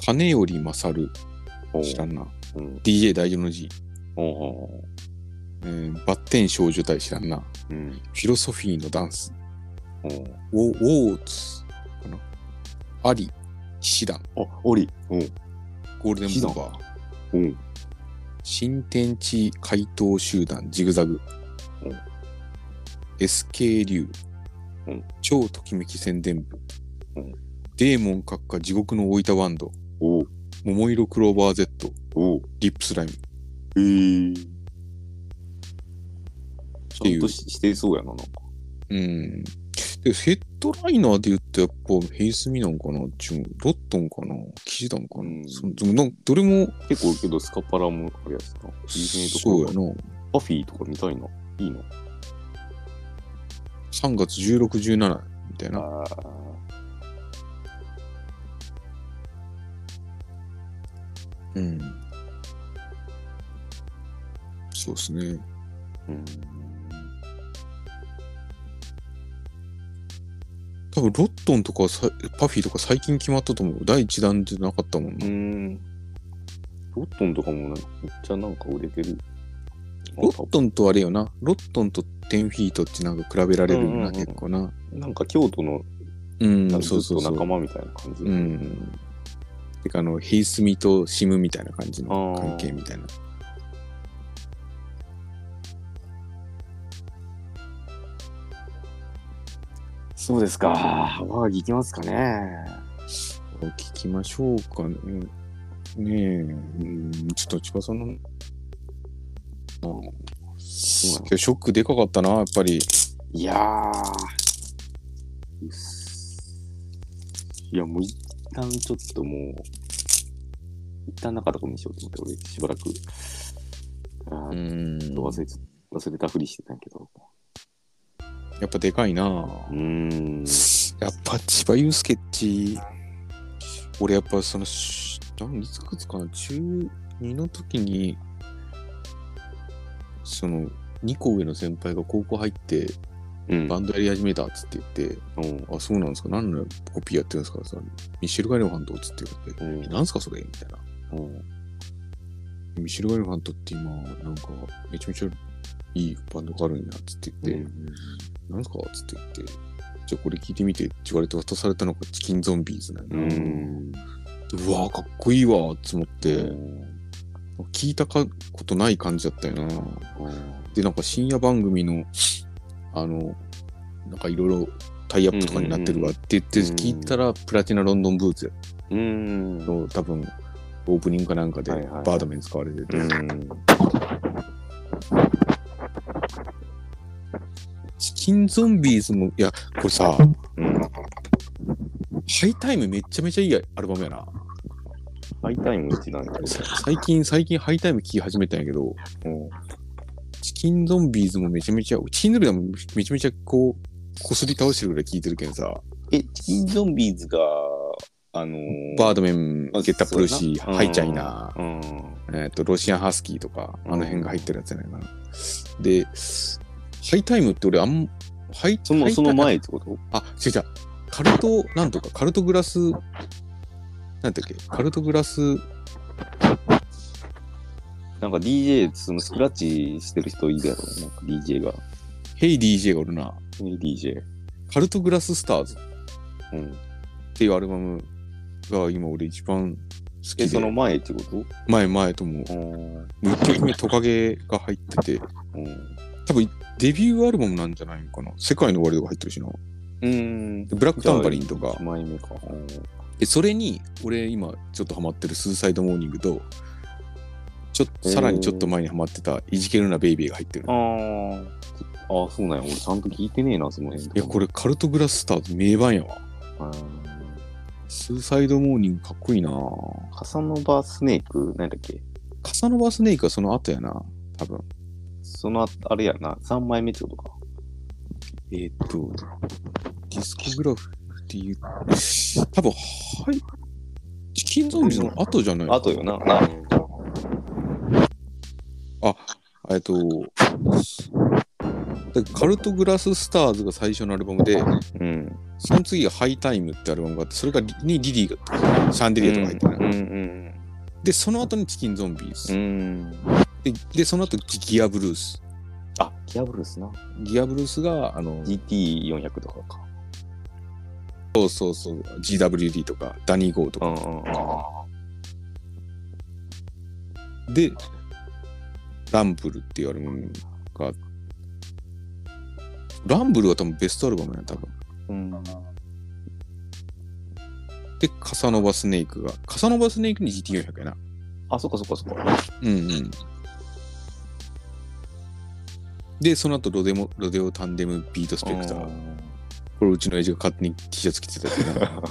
金より勝る、
おー
知らんな。
うん。
DJ 大の字、
おお
えーバッテン少女隊知らんな。フ
うん。
ィロソフィーのダンス、
おー
ウォウォーツかな。アリ、騎士団、
あ、オリ。おー
ゴールデンボンバー。
うん。
新天地怪盗集団ジグザグ
うん
SK 流、
うん
超ときめき宣伝部、
うん
デーモン閣下地獄の大分バンド
おお
桃色クローバー Z
おお
リップスライム
えー。
て
ち
い
ゃ
うん
とししてそうやな、なんか。
うんでヘッドライナーで言ってやっぱヘイスミなんかなちゅうロットンかな騎士団かな、
うん
そでもなんかどれも
結構けどスカパラもあるやつな。いいねと
そうや
な。
な
パフィーとか見たいな。いいの
3月1617みたいな
あ
うんそうですね
ーうん。
多分ロットンとかさパフィーとか最近決まったと思う。第一弾じゃなかったもん
う
な。
ん。ロットンとかもなんかめっちゃなんか売れてる。
ロットンとあれよな。ロットンと10フィートってなんか比べられるよな、
うんうんうん
結構な。
なんか京都の
うん、
なんか
そ
ず
う
っと
そうそう。
仲間みたいな感じ。
うん。てかあの、ヘイスミとシムみたいな感じの
あー
関係みたいな。
そうですか。ワーギ行きますかね。
聞きましょうかね。ねえ、うん、ちょっと千葉さんの、うん、
そう
今日ショックでかかったな、やっぱり。
いやー。うっすいや、もう一旦ちょっともう、一旦なかったことにしようと思って、俺、しばらく。あ
う
ー
ん、
ちょっと忘れつ忘れたふりしてたんやけど。
やっぱでかいな。
うーん。
やっぱ千葉雄介っち、俺やっぱその、し何いつくつかな、中2の時に、その、2個上の先輩が高校入って
うん。
バンドやり始めたっつって言って、
うん
あ、そうなんですか何のコピーやってるんですかさ、ミシェルガイルファントっつって言われて、
うん
えなんすかそれみたいな。ミシェルガイルファントって今、なんか、めちゃめちゃいいバンドがあるんやっつって言って、なんすかっつって言って、じゃあこれ聞いてみてって言われて渡されたのがチキンゾンビーズなん
う
だ
ん。う
な。
ん。
うわかっこいいわっつ思って、
うん
聞いたかことない感じだったよな。で、なんか深夜番組の、あの、なんかいろいろタイアップとかになってるわって言って
うんうんうん
聞いたら、プラチナロンドンブーツ
うん。
の多分、オープニングかなんかで
はいはいはい
バードメン使われてて、
うん。
チキンゾンビーズも、いや、これさ、
うん。
ハイタイムめっちゃめちゃいいアルバムやな。
ハイタイムうちなんや
*laughs*
けど。
さ最近、最近ハイタイム聴き始めたんやけど、チキンゾンビーズもめちゃめちゃ、チキンゾンビーズもめちゃめちゃこう、こすり倒してるぐらい聴いてるけんさ、
え、チキンゾンビーズが、あのー
バードメン、
あ
ゲッタプルーシー、
そうやな
ハイチャイナ、
うん。
えっと、ロシアンハスキーとか、
うん
あの辺が入ってるやつじゃないかな。で、ハイタイムって俺あん、ハイ
その、その。
ハイ
前ってこと
タイムあ、違う違う。カルト、なんとか、カルトグラス、なんだっけ、カルトグラス、
なんか DJ、そのスクラッチしてる人いるやろ。なんか DJ が。
ヘイ DJ がおるな。
え DJ。
カルトグラススターズっ
うん。
ていうアルバムが今俺一番好
え、
き
その
で、
前ってこと
前前とも、
うん。
1曲目トカゲが入ってて、多分デビューアルバムなんじゃないのかな。世界の終わりとか入ってるしな。
うん。
でブラックタンバリンとか
1。枚目か。うん
で、それに、俺今ちょっとハマってるスーサイドモーニングと、ちょっと
へー
さらにちょっと前にハマってたいじけるなベイビーが入ってる。
ああ。あそうなんや。俺ちゃんと聞いてねえな、その辺。
いや、これカルトグラススターズ名盤やわ。
うん。
スーサイドモーニングかっこいいな
カサノバスネーク、なんだっけ
カサノバスネークはその後やな、多分。
その後、あれやな、3枚目ってことか。
えーっと、ディスコグラフっていう、多分、はい。チキンゾンビの後じゃない
あとよな。な
えっと、でカルトグラススターズが最初のアルバムで、
うん。
その次がハイタイムってアルバムがあって、それがリにリリーが、シャンデリアとか入ってる、
うんうん
で、その後にチキンゾンビー
う
ズ、
ん。
で。で、その後ギギアブルース。
あ、ギャブルスな。
ギアブルースが、あの、
GT400 とかか。
そうそうそう、GWD とか、ダニー・ゴーと
う
か。
んうんうん。
で、ランブルっていうアルバムが、ランブルは多分ベストアルバムやん、多分。
うん、
で、カサノバスネークが、カサノバスネークに GT400 やな。
あ、そっかそっかそっか。
うんうん。で、その後ロデモ、ロデオタンデムビートスペクター。これ、うちの親父が勝手に T シャツ着てたやつやな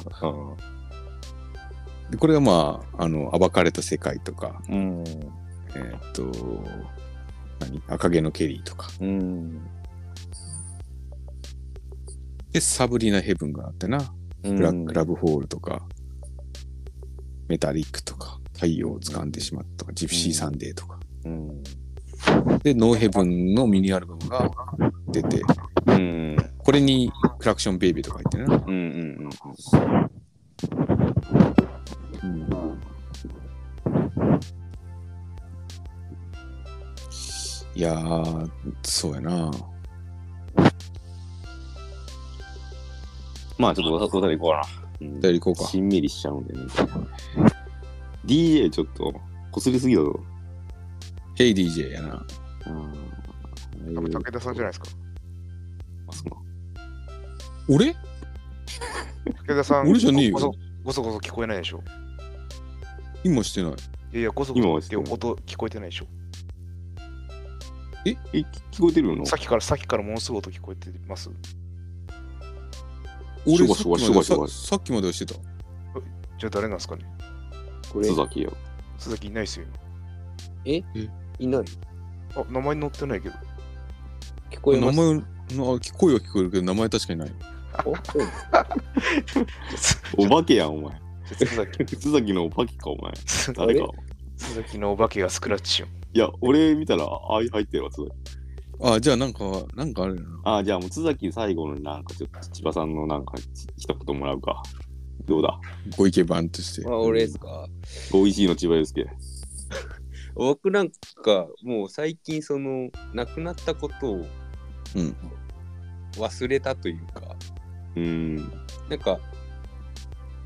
で、これがまあ、あの、暴かれた世界とか、
うん。
えーっと、何赤毛のケリーとか。
うん。
で、サブリナヘブンがあってな。
うん。
ブラックラブホールとか、メタリックとか、太陽を掴んでしまったとか、ジプシーサンデーとか。
うん。
で、ノーヘブンのミニアルバムが出て、
うん。
これにクラクションベイビーとか入ってるな。
うん。うん。
いやー、そうやな。
まあ、ちょっとおさおさでいこうか
じゃあ行こう
な。
か。
しんみりしちゃうんでね。 DJ ちょっと、こすりすぎだぞ。
ヘイ DJ やな。
うん。
多分武田さんじゃないですか。
あその
俺
武田さん、
俺じゃねえよ
ごそごそごそ聞こえないでしょ。
今してない。
いやいや、ごそ
今
ご
は
そ
し
ってて
ない
音聞こえてないでしょ。
え、聞聞こえてるの
さっきから、さっきからものすごい音聞こえてます。
俺
シュガ
さ
シ
っ
ュガ
きまで
シュガシュガ
ささっきまではしてた。
じゃあ誰なんですかね
これ
須、崎よ。
鈴木いないですよ、
いな
今。
い。
あ、名前載ってないけど。
聞こえ
名
ま
前
す。
のあ聞こえは聞こえるけど名前確かにない。
おそう
お化けやん、お前。
鈴
*laughs*
木、
須崎のお化けか、お前。
鈴
誰か。
木のお化けがスクラッ
*laughs*
チよ。
いや、俺見たら、ああ、入ってるわ、須崎。
あ、じゃあなんか、なんかあるよな。
ああ、じゃあもう須崎最後のなんか、ちょっと千葉さんのなんか、ち一言もらうか。どうだ
ご意見番として。
あ、俺ですか。
?5EC の千葉祐介。
僕なんか、もう最近、その、亡くなったことを
うん。
忘れたというか、
うーん。
なんか、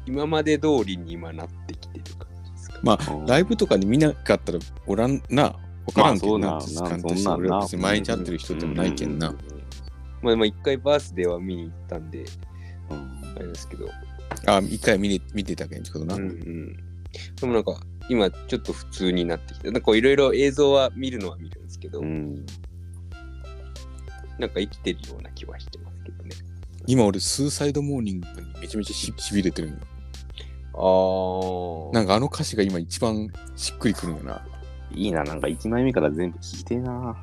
今まで通りに今なってきてる感じですか。
ま
あー
あ、ライブとかに見なかったらおらんな。わからんけどな。
まあそうなん
感
そん
として
なんな
俺は別に毎日会ってる人でもないけんな。。
まあ、まあ、一回バースデーは見に行ったんで、
うん
あれですけど、
あ、一回見に見てたけんってことな。
うんうん。でもなんか、今ちょっと普通になってきて、なんかいろいろ映像は見るのは見るんですけど、
うん。
なんか生きてるような気はしてますけどね。
今俺、スーサイドモーニングにめちゃめちゃししびれてるんよ。
あ
なんかあの歌詞が今一番しっくりくるんよな。
いいな、なんか1枚目から全部聞いてえな。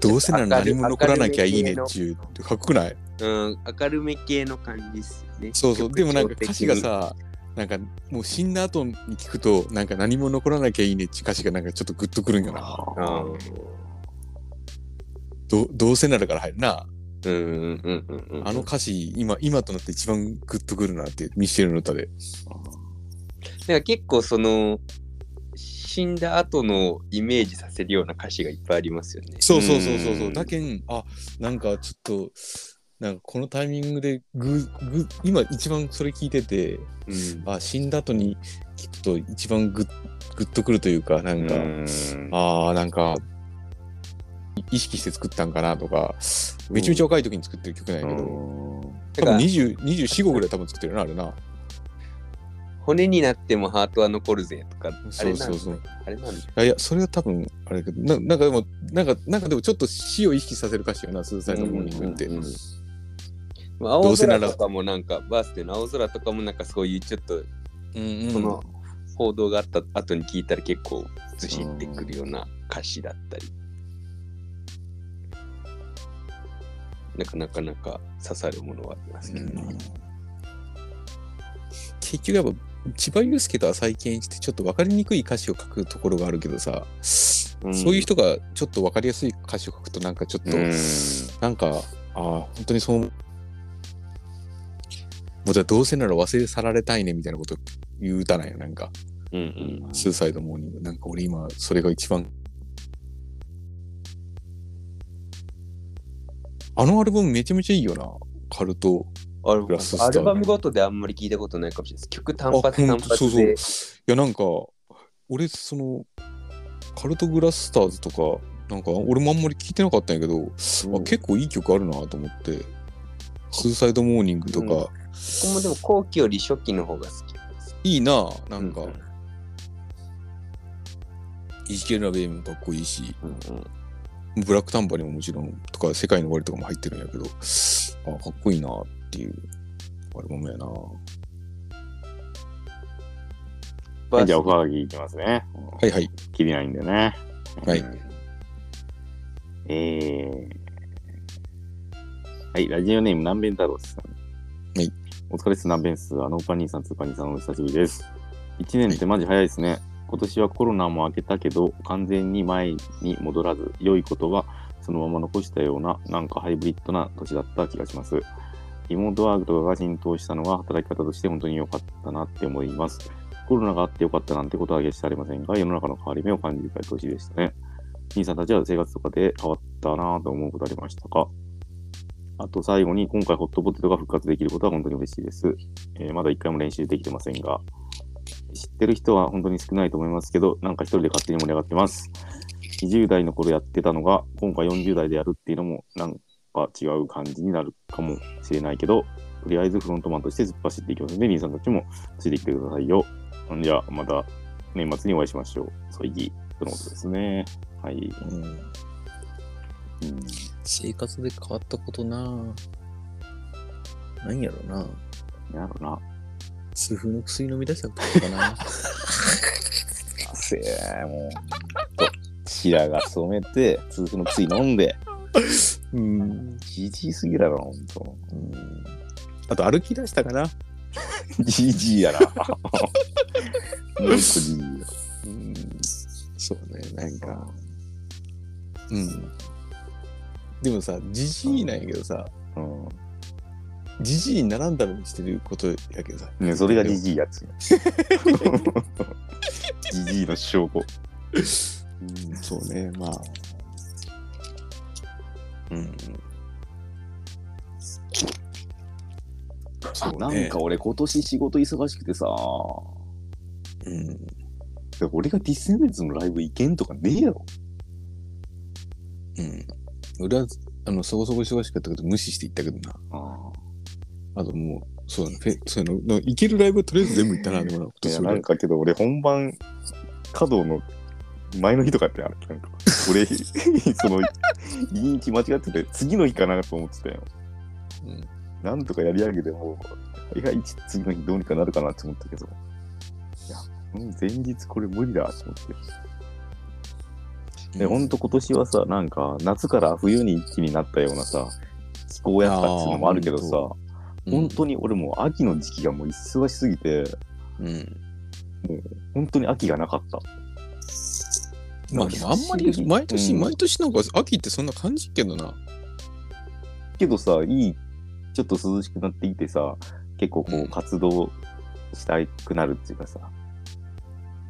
どうせなら
明る
何も残らなきゃいいねっちゅう。かっこない
うん、明るめ系の感じっすよね。
そうそう。でもなんか歌詞が
曲調
さ、なんかもう死んだ後に聞くと、なんか何も残らなきゃいいねっちゅう歌詞がなんかちょっとグッとくるんよな。
的に、
どどうせならから入るな。
うんうんうんうんうんうん。
あの歌詞、今、今となって一番グッとくるなって、ミシェルの歌で。
なんか結構その、死んだ後のイメージさせるような歌詞がいっぱいありますよね。
そうそうそうそうそうう。
ん
だけん、あ、なんかちょっと、なんかこのタイミングでぐ、ぐ、今一番それ聞いてて、
うん
あ、死んだ後に聞くと一番グッ、グッとくるというか、なんか、
うん
ああ、なんか、い意識して作ったんかなとか、めちゃめちゃ若い時に作ってる曲なんやけど、多分
なんか
20 24、5ぐらい多分作ってるな、あれな。
骨になってもハートは残るぜとか、あ
そ
れ
う
な
そ
ん
うそう。
あれなんだ。
いやいや、それは多分、あれだけど、ななんかでも、なんか、なんかでもちょっと死を意識させる歌詞よな、スーサイドモーニングって。
うんうんうんまあ青空とかもなんか、バースデーの青空とかもなんかそういうちょっと、
うんうん
その報道があった後に聞いたら結構ずしってくるような歌詞だったり。なんかなかなか刺さるものはありますけどね。
結局やっぱ、千葉祐介とは再建して、ちょっと分かりにくい歌詞を書くところがあるけどさ、
うん
そういう人がちょっと分かりやすい歌詞を書くと、なんかちょっと、なんか、ああ、本当にそう思う。もうじゃあどうせなら忘れ去られたいねみたいなこと言う歌なんよ、なんか。
うん
スーサイドモーニング。なんか俺今、それが一番。あのアルバムめちゃめちゃいいよな。カルト。
うん。アル
グラススター
アルバムごとであんまり聞いたことないかもしれないです。曲単
あ
発
ほ
単
んとそう
発
そう。い
で。
や、なんか、俺、その、カルトグラススターズとか、なんか、俺もあんまり聞いてなかったんやけど、あ結構いい曲あるなと思って、スーサイドモーニングとか、
うんここもでも後期より初期の方が好きです。
いいななんか、
うんうん
イジケルラベイもかっこいいし、
うんうん
ブラックタンバリンももちろんとか世界の終わりとかも入ってるんやけどあかっこいいなっていうアルバムやなは
はいじゃあ、おはがきいきますね。
いはい
切りないんだよね。
はい。
うん。えー。はい、ラジオネーム、南弁太郎さん。はいお疲れっす、南弁っす。あの、おパニーさん、ツーパニーさん、お久しぶりです。1年ってマジ早いですね。今年はコロナも明けたけど、完全に前に戻らず、良いことはそのまま残したような、なんかハイブリッドな年だった気がします。リモートワークとかが浸透したのは働き方として本当に良かったなって思います。コロナがあってよかったなんてことは決してありませんが、世の中の変わり目を感じる回答でしたね。兄さんたちは生活とかで変わったなぁと思うことありましたかあと最後に、今回ホットポテトが復活できることは本当に嬉しいです。えーまだ一回も練習できてませんが、知ってる人は本当に少ないと思いますけど、なんか一人で勝手に盛り上がってます。20代の頃やってたのが、今回40代でやるっていうのも、なんか違う感じになるかもしれないけど、とりあえずフロントマンとして突っ走っていきますので、兄さんたちもついてきてくださいよ。じゃあ、また年末にお会いしましょう。そいぎ、とのことですね。はい。
うん、
うん
生活で変わったことな何やろな
やろな。
痛風の薬飲み出したことかな
せえ、もう。白髪染めて、痛風の薬飲んで。
*laughs* うん
じじいすぎだろ、ほんと。
あと歩き出したかな
じじいやな。もう一個じじいよ
うんそうねなんかうんでもさじじいなんやけどさ
うん。
じじいに並んだのにしてることやけどさ
ね、それがジジイやつ。ジジイの証拠。
うんそうねまあうんそう
な
ね
んか俺今年仕事忙しくてさ、
うん
で俺がディスンベルズのライブ行けんとかねえやろ。
うん。俺は、あの、そこそこ忙しかったけど、無視して行ったけどな。
あ
あともう、そうだね、フェそうやなの、行けるライブはとりあえず全部行ったな、でもな、今
あい
年
や、
俺
なんかけど俺本番、稼働の前の日とかってあるなんか、俺、 *laughs* その、日にち間違ってて、次の日かなと思ってたよ。
うん
なんとかやり上げても、いや、一次の日どうにかなるかなって思ったけど、いや、うん前日これ無理だと思って。で、ほんと今年はさ、なんか、夏から冬に一気になったようなさ、気候やったっていうのもあるけど
あー
さ、本当に俺もう秋の時期がもう忙しすぎて、
うん。
本当に秋がなかった。
まあ、でもあんまり、毎年、毎年なんか、秋ってそんな感じっけどな。
けどさ、いい、ちょっと涼しくなっていてさ、結構こ
う
うん活動したくなるっていうかさ、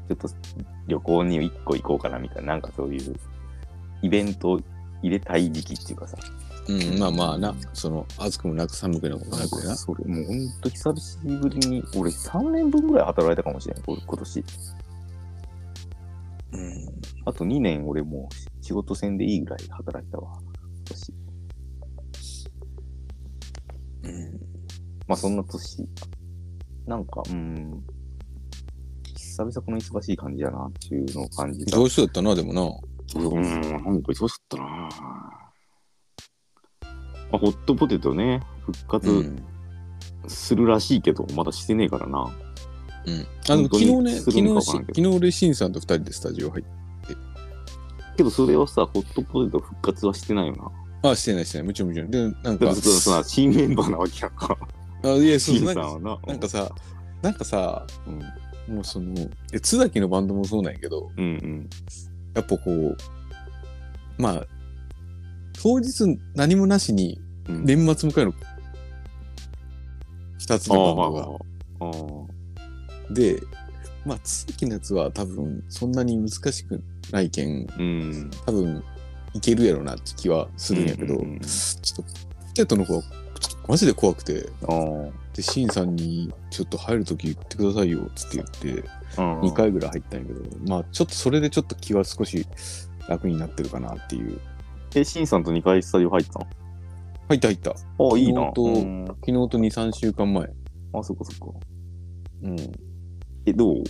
ちょっと旅行に一個行こうかなみたいな、なんかそういうイベントを入れたい時期っていうかさ、
うん、まあまあな、その、暑くもなく寒くもなくな。
それもうほんと久しぶりに、俺3年分ぐらい働いたかもしれない、俺今年。
うん。
あと2年俺もう仕事せんでいいぐらい働いたわ、今年。
うん。
まあそんな年。なんか、うん。久々この忙しい感じやなっていうのを感じた。
上手だったな、でもな。
うん、なんか忙しかったなあ、ホットポテトね、復
う
活
ん。
するらしいけど、まだしてねえからな。
うん。あ
本
の、
当に
昨日ね、
す
昨
るのか
日
わ
し、
からんけ
昨
ど
日俺、しんさんと二人でスタジオ入って。
けどそれをさ、ホットポテト復活はしてないよな。
あ、してないしてない、もちろんもちろん。で、なん
だ
か
から、そさ、新メンバーなわけやん *laughs* か。
あ、いや、そう、
新
な
さ
ん
ん
か
は、な。
なんかさ、なんかさ、
うん、
もうその、え津崎のバンドもそうなんやけど、
うんうん。
やっぱこう、まあ、当日何もなしに
うん
年末迎える二つ
ああ、
の
まあ
バン
まあ
ド
ああ。
が。で、まあ、津崎のやつは多分そんなに難しくないけん、
うん。
多分いけるやろなって気はするんやけど、
うんうんうん
ちょっと、ポテトの方はちょっとマジで怖くて、
ああ。
で、シンさんにちょっと入るとき言ってくださいよっつって言って、
うん
2回ぐらい入ったんやけど、まあちょっとそれでちょっと気は少し楽になってるかなっていう。
え、シンさんと2回スタジオ入った
入った入った。
のああ、いいな。
昨日と
うん
昨日と2、3週間前。
あ、そっかそっか。
うん。
え、どう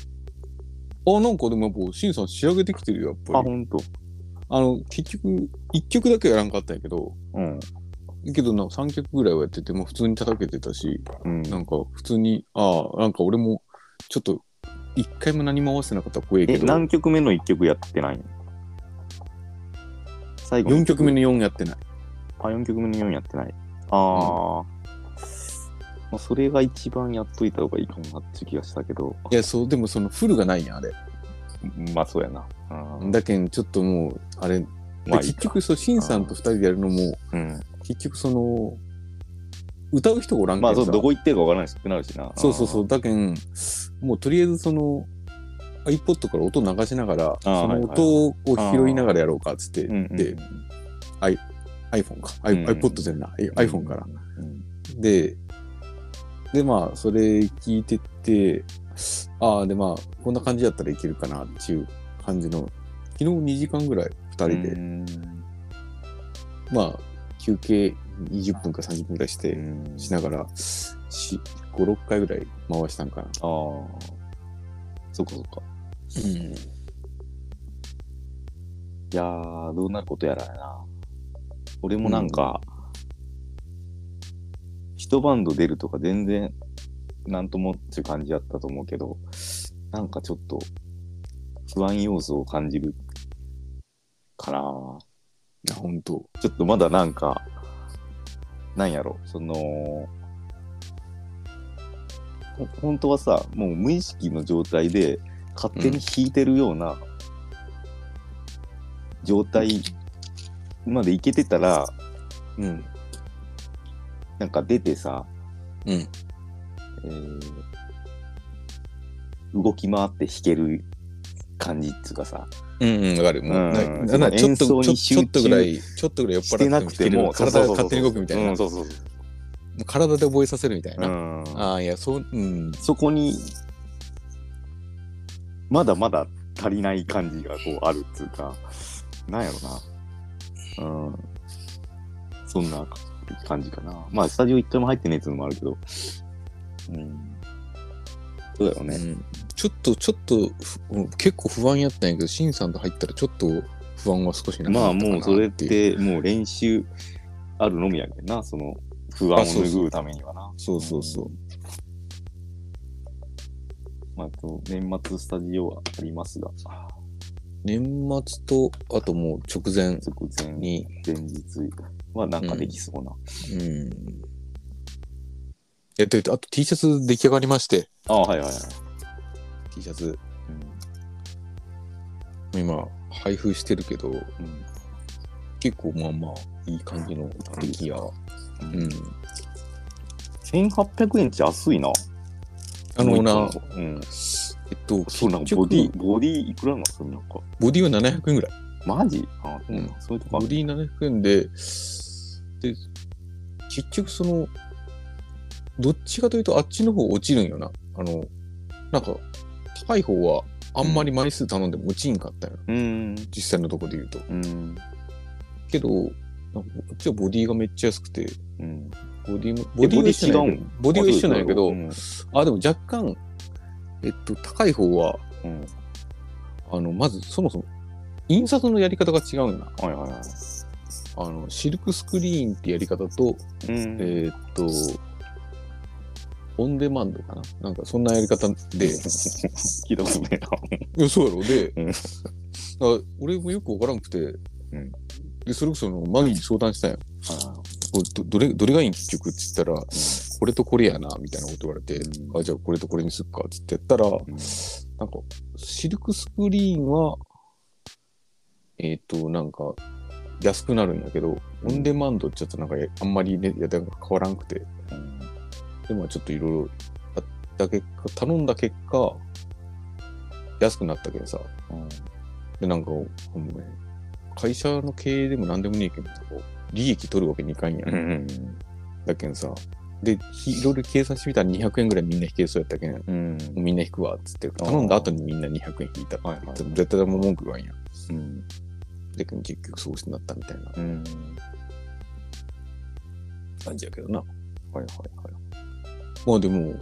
あ、なんかでもやっぱ、シンさん仕上げてきてるよ、やっ
あ、
ぱり。
ほんと。
あの、結局、1曲だけやらんかったんやけど、
うん。
けどな、3曲ぐらいはやってて、まあ普通に叩けてたし、
うん。
なんか普通に、ああ、なんか俺も、ちょっと、一回も何も合わせてなかったら怖いけ
え、
ど、
何曲目の1曲やってないの最後
4曲目
の。
の4やってない。
あ、4曲目の4やってない。ああ、まあ、それが一番やっといた方がいいかもなって気がしたけど。
いや、そう、でもそのフルがないやん、あれ。
まあ、そうやな。うん。
だけん、ちょっともう、あれ、
まあ
で
いい
結
か。
局、そう、シンさんと2人でやるのも、
うん。
結局、その、歌う人がおらんけ
まあ、そ
ど
う
さ
どこ行ってるかわからないし、なるしな。
そうそうそう。だけん、もうとりあえずその iPod から音流しながら、そ
あー
の音を拾いながらやろうかっつって、
うん。うん。
で、
iPhone か。
うん
iPod じゃない。iPhone から。
うん
で、で、まあ、それ聞いてて、ああ、で、まあ、こんな感じだったらいけるかなっていう感じの、昨日2時間ぐらい2人で、
うん
まあ、休憩20分か30分ぐらいして、
うん
しながら、し5、6回ぐらい回したんかな。
ああ。そっかそっか。いやー、どうなることやらやな。俺もなんか、一バンド出るとか全然、なんともっていう感じだったと思うけど、なんかちょっと、不安要素を感じるかな。
あ、本当。
ちょっとまだなんか、なんやろ、その、ほ本当はさ、もう無意識の状態で、勝手に弾いてるような状態までいけてたら、
うん。
なんか出てさ、
うん
えー動き回って弾ける感じっつうかさ、
うんうん、わかる。もう
うん
ななんならちょっと
その演奏に
ちょちょっとぐらい、ちょっとぐらい酔っ
して
払
な
っ
く
て
て
も
も、
弾ける体が
そうそうそうそう
勝手に動くみたいな。
うん
も
そうそうそう
う体で覚えさせるみたいうな。
ん
ああ、いや、そう、うん。
そこに、まだまだ足りない感じがこうあるっていうか、なんやろな。うん。そんな感じかな。まあ、スタジオ一回も入ってねえっていうのもあるけど。うん。そうだよね。
うんちょっと、ちょっと、ふうん結構不安やったんやけど、シンさんと入ったらちょっと不安は少しなく
ま
な
あ、
ったかな
もうそれっ
いう。
て、もう練習あるのみやけんな、その不安を拭うためにはな。
そうそうそう。
まあ、あと年末スタジオはありますが、
年末と、あともう直前
直前に、
に、
前日はなんかできそうな。
うん。えっと、あと T シャツ出来上がりまして、
ああ、はいはいはい。
T シャツ。今、配布してるけど、
うん
結構まあまあ、いい感じの出来や。うん。
1800円って安いな。
あのな、
うん。
えっと、
そうなん
結
か
局
ボディ、ボディいくらなんそれなんか。
ボディは700円ぐらい。
マジあ、そう
うん
そういうとこ
ボ
ある
ディ700円で、で、結局その、どっちかというとあっちの方落ちるんよな。あの、なんか、高い方はあんまり枚数頼んでも落ちんかったよ、
うーん。
実際のとこで言うと。
うん。
けど、なんかこっちはボディがめっちゃ安くて、
うん。
ボディも、ボディは一緒なんやけど、ボディは一緒なんやけど、
うん
あ、でも若干、えっと、高い方は、
うん
あの、まずそもそも、印刷のやり方が違うんだ。
はいはいは
あの、シルクスクリーンってやり方と、
い。うん。
えーっと、オンデマンドかななんかそんなやり方で、い
*laughs* 聞いたことね
やそうやろ、で、
うん
だから俺もよくわからんくて、
ん
で、それこそあのマギーに相談したんよ。
えな。
これどどれどれがいいん結局って言ったら、これとこれやな、みたいなこと言われて、
うん
あ、じゃあこれとこれにすっかって言ってやったら、
うん
なんか、シルクスクリーンは、えっ、と、なんか、安くなるんやけど、オンデマンドってちょっとなんか、あんまりね、やが変わらんくて、で、まあちょっといろいろやった結果、頼んだ結果、安くなったけどさ、で、なんか、ほんまね、会社の経営でも何でもねえけど、こう利益取るわけにいかんやん。
うん。
だけんさ、で、ひいろいろ計算してみたら200円ぐらいみんな引けそうやったけん、
うん。
みんな引くわっつって、頼んだ後にみんな200円引いた。
はいはい
でも絶対もう文句言わんや
う
ん。
ん。
で、結局そうしてなったみたいな
うん。
感じやけどな。
はいはいはい。
まあでも、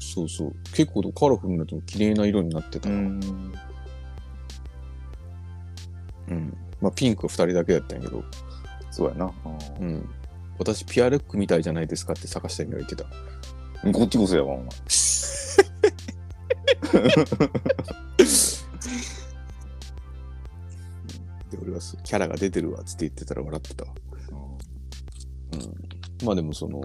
そうそう、結構カラフルなやつも綺麗な色になってたな。うん。まあピンクは2人だけだったんやけど、
そうやな。
うん。私、ピアレックみたいじゃないですかって坂下には言ってた。
うんこっちこそやわ、お前。
で、俺はそうキャラが出てるわっつって言ってたら笑ってたわ。うん。まあでもその、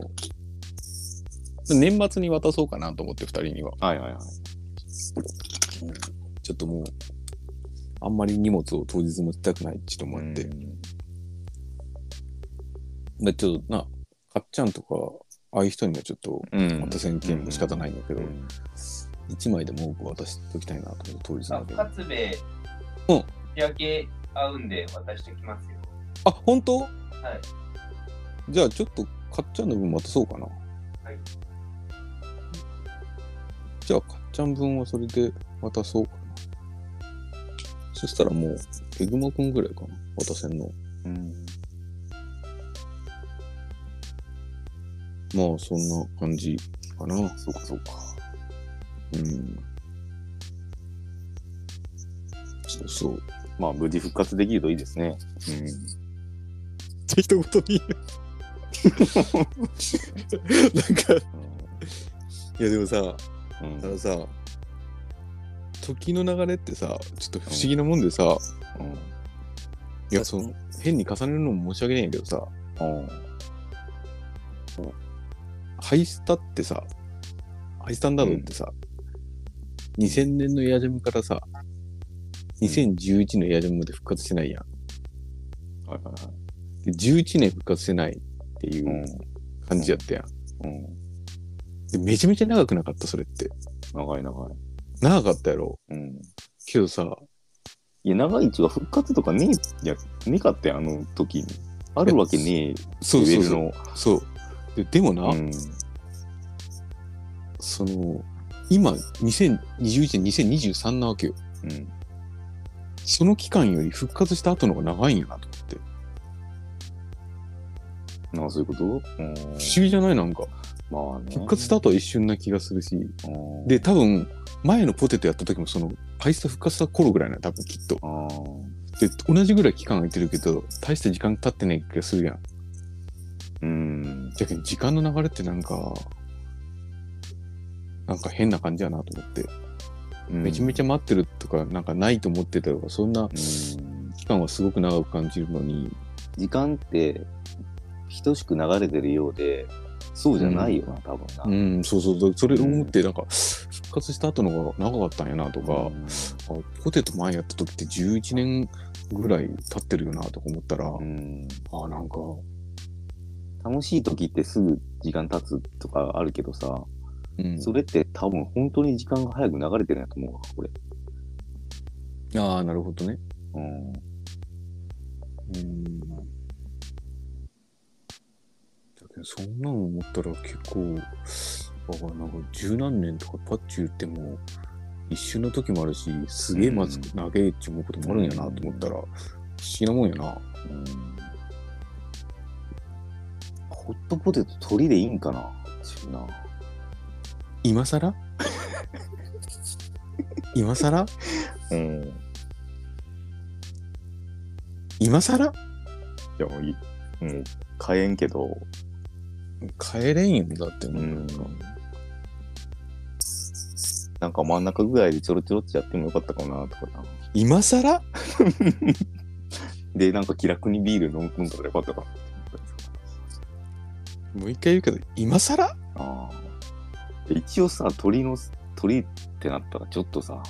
年末に渡そうかなと思って、2人には。
はいはいはい。
ちょっともう、あんまり荷物を当日持ちたくないちょっと思って。まあちょっとな、かっちゃんとか、ああいう人にはちょっと、
うん
また宣言も仕方ないんだけど、
うん
1枚でも多く渡しておきたいなと思って、当日まで。
勝部、
うん
日焼け合うんで渡してきますよ。
ああ、本当はい。じゃあ、ちょっと、かっちゃんの分渡そうかな。はい。じゃあ、かっちゃん分はそれで渡そうかな。そしたらもう、えぐまくんぐらいかな、渡せんの。
うん。
まあ、そんな感じかな。う
そうか、そうか。
ん。そうそう。
まあ、無事復活できるといいですね。うん。
って一言 *laughs* に言う。なんか、いやでもさ、
うん
あのさ、時の流れってさ、ちょっと不思議なもんでさ、
うん。
いや、その、変に重ねるのも申し訳ないんやけどさ、
うん。
ハイスタってさ、ハイスタンダードってさ、2000年のエアジャムからさ、2011のエアジャムまで復活してないやん。
はいはいは
で、11年復活してないってい
うん
う感じやったやん。
い。うん。
で、めちゃめちゃ長くなかった、それって。
長い長い。
長かったやろ。
うん。
けどさ、
いや、長いちは復活とかねえ、いや、ねかったよ、あの時に。あるわけねえ、
そう
レ
そ
ベ
う
ル
そう。
の。
そうででもな、
うん。
その、今、2021年、2023なわけよ。
うん。
その期間より復活した後の方が長いんやなと思って。
なんかそういうことうん。
不思議じゃないなんか。
まあね。
復活した後は一瞬な気がするし。
うん
で、多分、前のポテトやった時も、その、大した復活した頃ぐらいなの、多分きっと。
あー
で、同じぐらい期間空いてるけど、大した時間経ってない気がするやん。
うん。
だけど、時間の流れってなんか、なんか変な感じやなと思って。めちゃめちゃ待ってるとか、なんかないと思ってたとか、そんな
うん
期間はすごく長く感じるのに、
時間って、等しく流れてるようで、そうじゃないよな、多分な。
うん、そうそうそう、それを思って、なんか、復活した後の方が長かったんやなとか、あポテト前やった時って11年ぐらい経ってるよなとか思ったら、
うん。
あなんか、
楽しい時ってすぐ時間経つとかあるけどさ、
うん、
それって多分本当に時間が早く流れてるんやと思うわ、これ。
ああ、なるほどね。
うん。
うん。だけど、そんなの思ったら結構、あなんか十何年とかパッチューってもう、一瞬の時もあるし、すげえまずく長えって思うこともあるんやなと思ったら、不思議なもんやな。
ホットポテト鳥でいいんかなちゅうな。
今さら今さら
うん。
今さら
いやもういい。もう買えんけど。
帰れんよだってもう、
ん。なんか真ん中ぐらいでちょろちょろってやってもよかったかなとかな。
今さら
で、なんか気楽にビール飲む飲んだらよかったかなって思ったんですけど
もう一回言うけど今さら
ああ。で一応さ、鳥の、鳥ってなったらちょっとさ、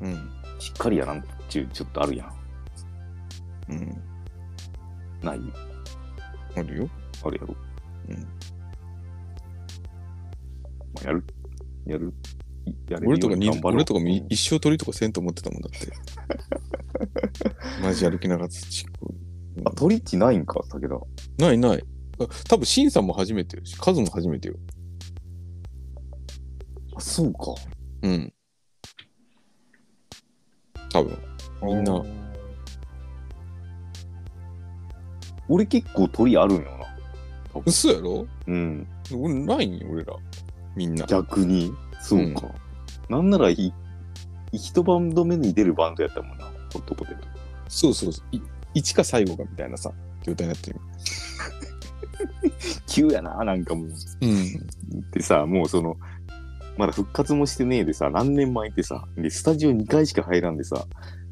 うん
しっかりやらんちゅうちょっとあるやん。
うん
ない
あるよ
あるやろ。
うん
まあ、やるやるいやれるよう
俺とか
に
に
頑張ろう
俺とかみ一生鳥とかせんと思ってたもんだって
*laughs*
マジ歩きながら土
あ、鳥っちないんか、武田。
ないないあ多分シンさんも初めてよしカズも初めてよ
あ、そうか。
うん多分みんな
俺結構鳥あるんよな。
嘘やろ
うん。
俺ないんよ俺らみんな
逆に。そうか。なんならい、一バンド目に出るバンドやったもんな、ホットポテト。
そうそうそうい一か最後かみたいなさ状態になってる
急やな、なんかもう。
うん
でさ、もうその、まだ復活もしてねえでさ、何年前ってさ、で、スタジオ2回しか入らんでさ、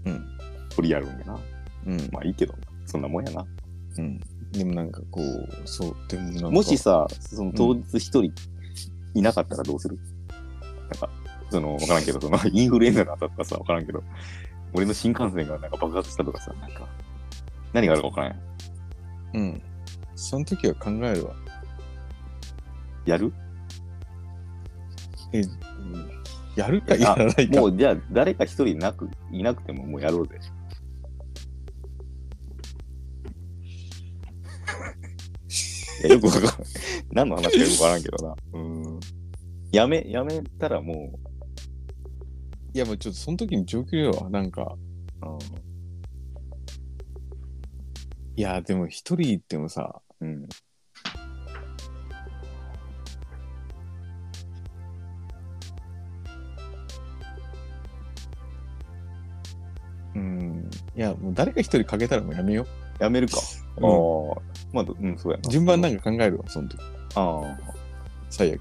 うん。
鳥やるんやな。
うん
まあいいけど、そんなもんやな。
うんでもなんかこうそうでもなんか
もしさ、その当日一人いなかったらどうする、なんか、その、わからんけど、その、インフルエンザが当たったさ、わからんけど、俺の新幹線がなんか爆発したとかさ、なんか、何があるかわからんやん。
うんその時は考えるわ
やる
やるかやらないか
もう、じゃあ、誰か一人なく、いなくてももうやろうぜ。いやよくわかんない。何の話かよくわからんけどな。うん。やめ、やめたらも
いや、もうちょっとその時に状況よは、なんか、
う、うん
いや、でも一人でもさ、
うん。
うん、いや、もう誰か一人かけたらもうやめよう。
やめるか。
うん
ああ。まあ、どうん、そうやな。
順番なんか考えるわ、その時。
あ
最悪。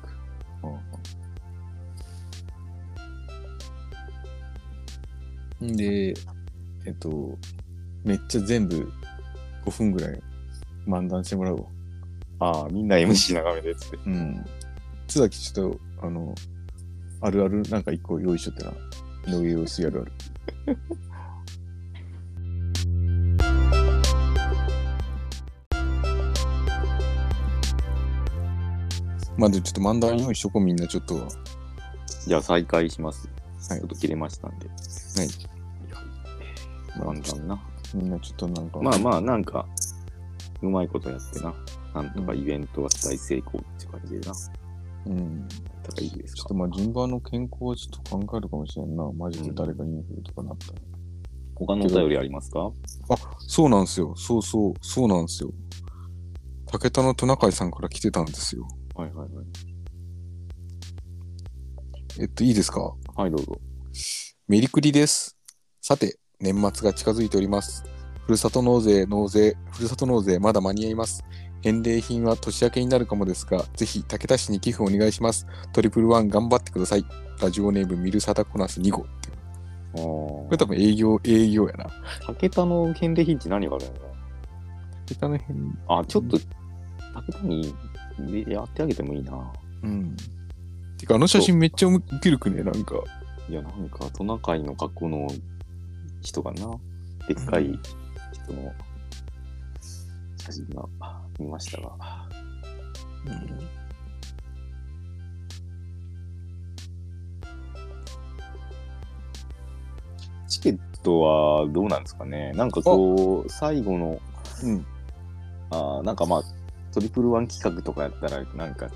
で、えっと、めっちゃ全部5分ぐらい漫談してもらうわ。
あ。ああ、みんな MC 長めでっつって。
うん。津崎ちょっと、あの、あるあるなんか一個用意しとってな。井上陽水あるある。 *laughs* まあでもちょっと漫談用意しとこうみんなちょっとは。
じゃあ再開します。
はい
ちょっと切れましたんで。
まあ
簡単な。
みんなちょっとなんか。
まあまあ、なんか、うまいことやってな。なんとかイベントは大成功っていう感じでな。
うん。
だからいいです
ちょ
か
っ。とまあ順番の健康はちょっと考えるかもしれんな。マジで誰かインフルとかなったら。
他のお便りありますか
そうなんですよ。そうそう、そうなんですよ。武田のトナカイさんから来てたんですよ。
はいはいはい。
えっと、いいですか
はい、どうぞ。
メリクリです。さて、年末が近づいております。ふるさと納税、納税、ふるさと納税、まだ間に合います。返礼品は年明けになるかもですが、ぜひ武田市に寄付お願いします。トリプルワン頑張ってください。ラジオネームミルサタコナス2号っていう。これ多分営業、営業やな。
武田の返礼品って何があるのか
武田の辺、
なあ、ちょっと、武田にやってあげてもいいな。
うん。てか、あの写真めっちゃウケるくね、なんか。
いや、なんか、トナカイの格好の人がな、でっかい人の写真が見ましたが。チケットはどうなんですかねなんかこう、最後の、
うん
あーなんかまあ、トリプルワン企画とかやったら、なんか、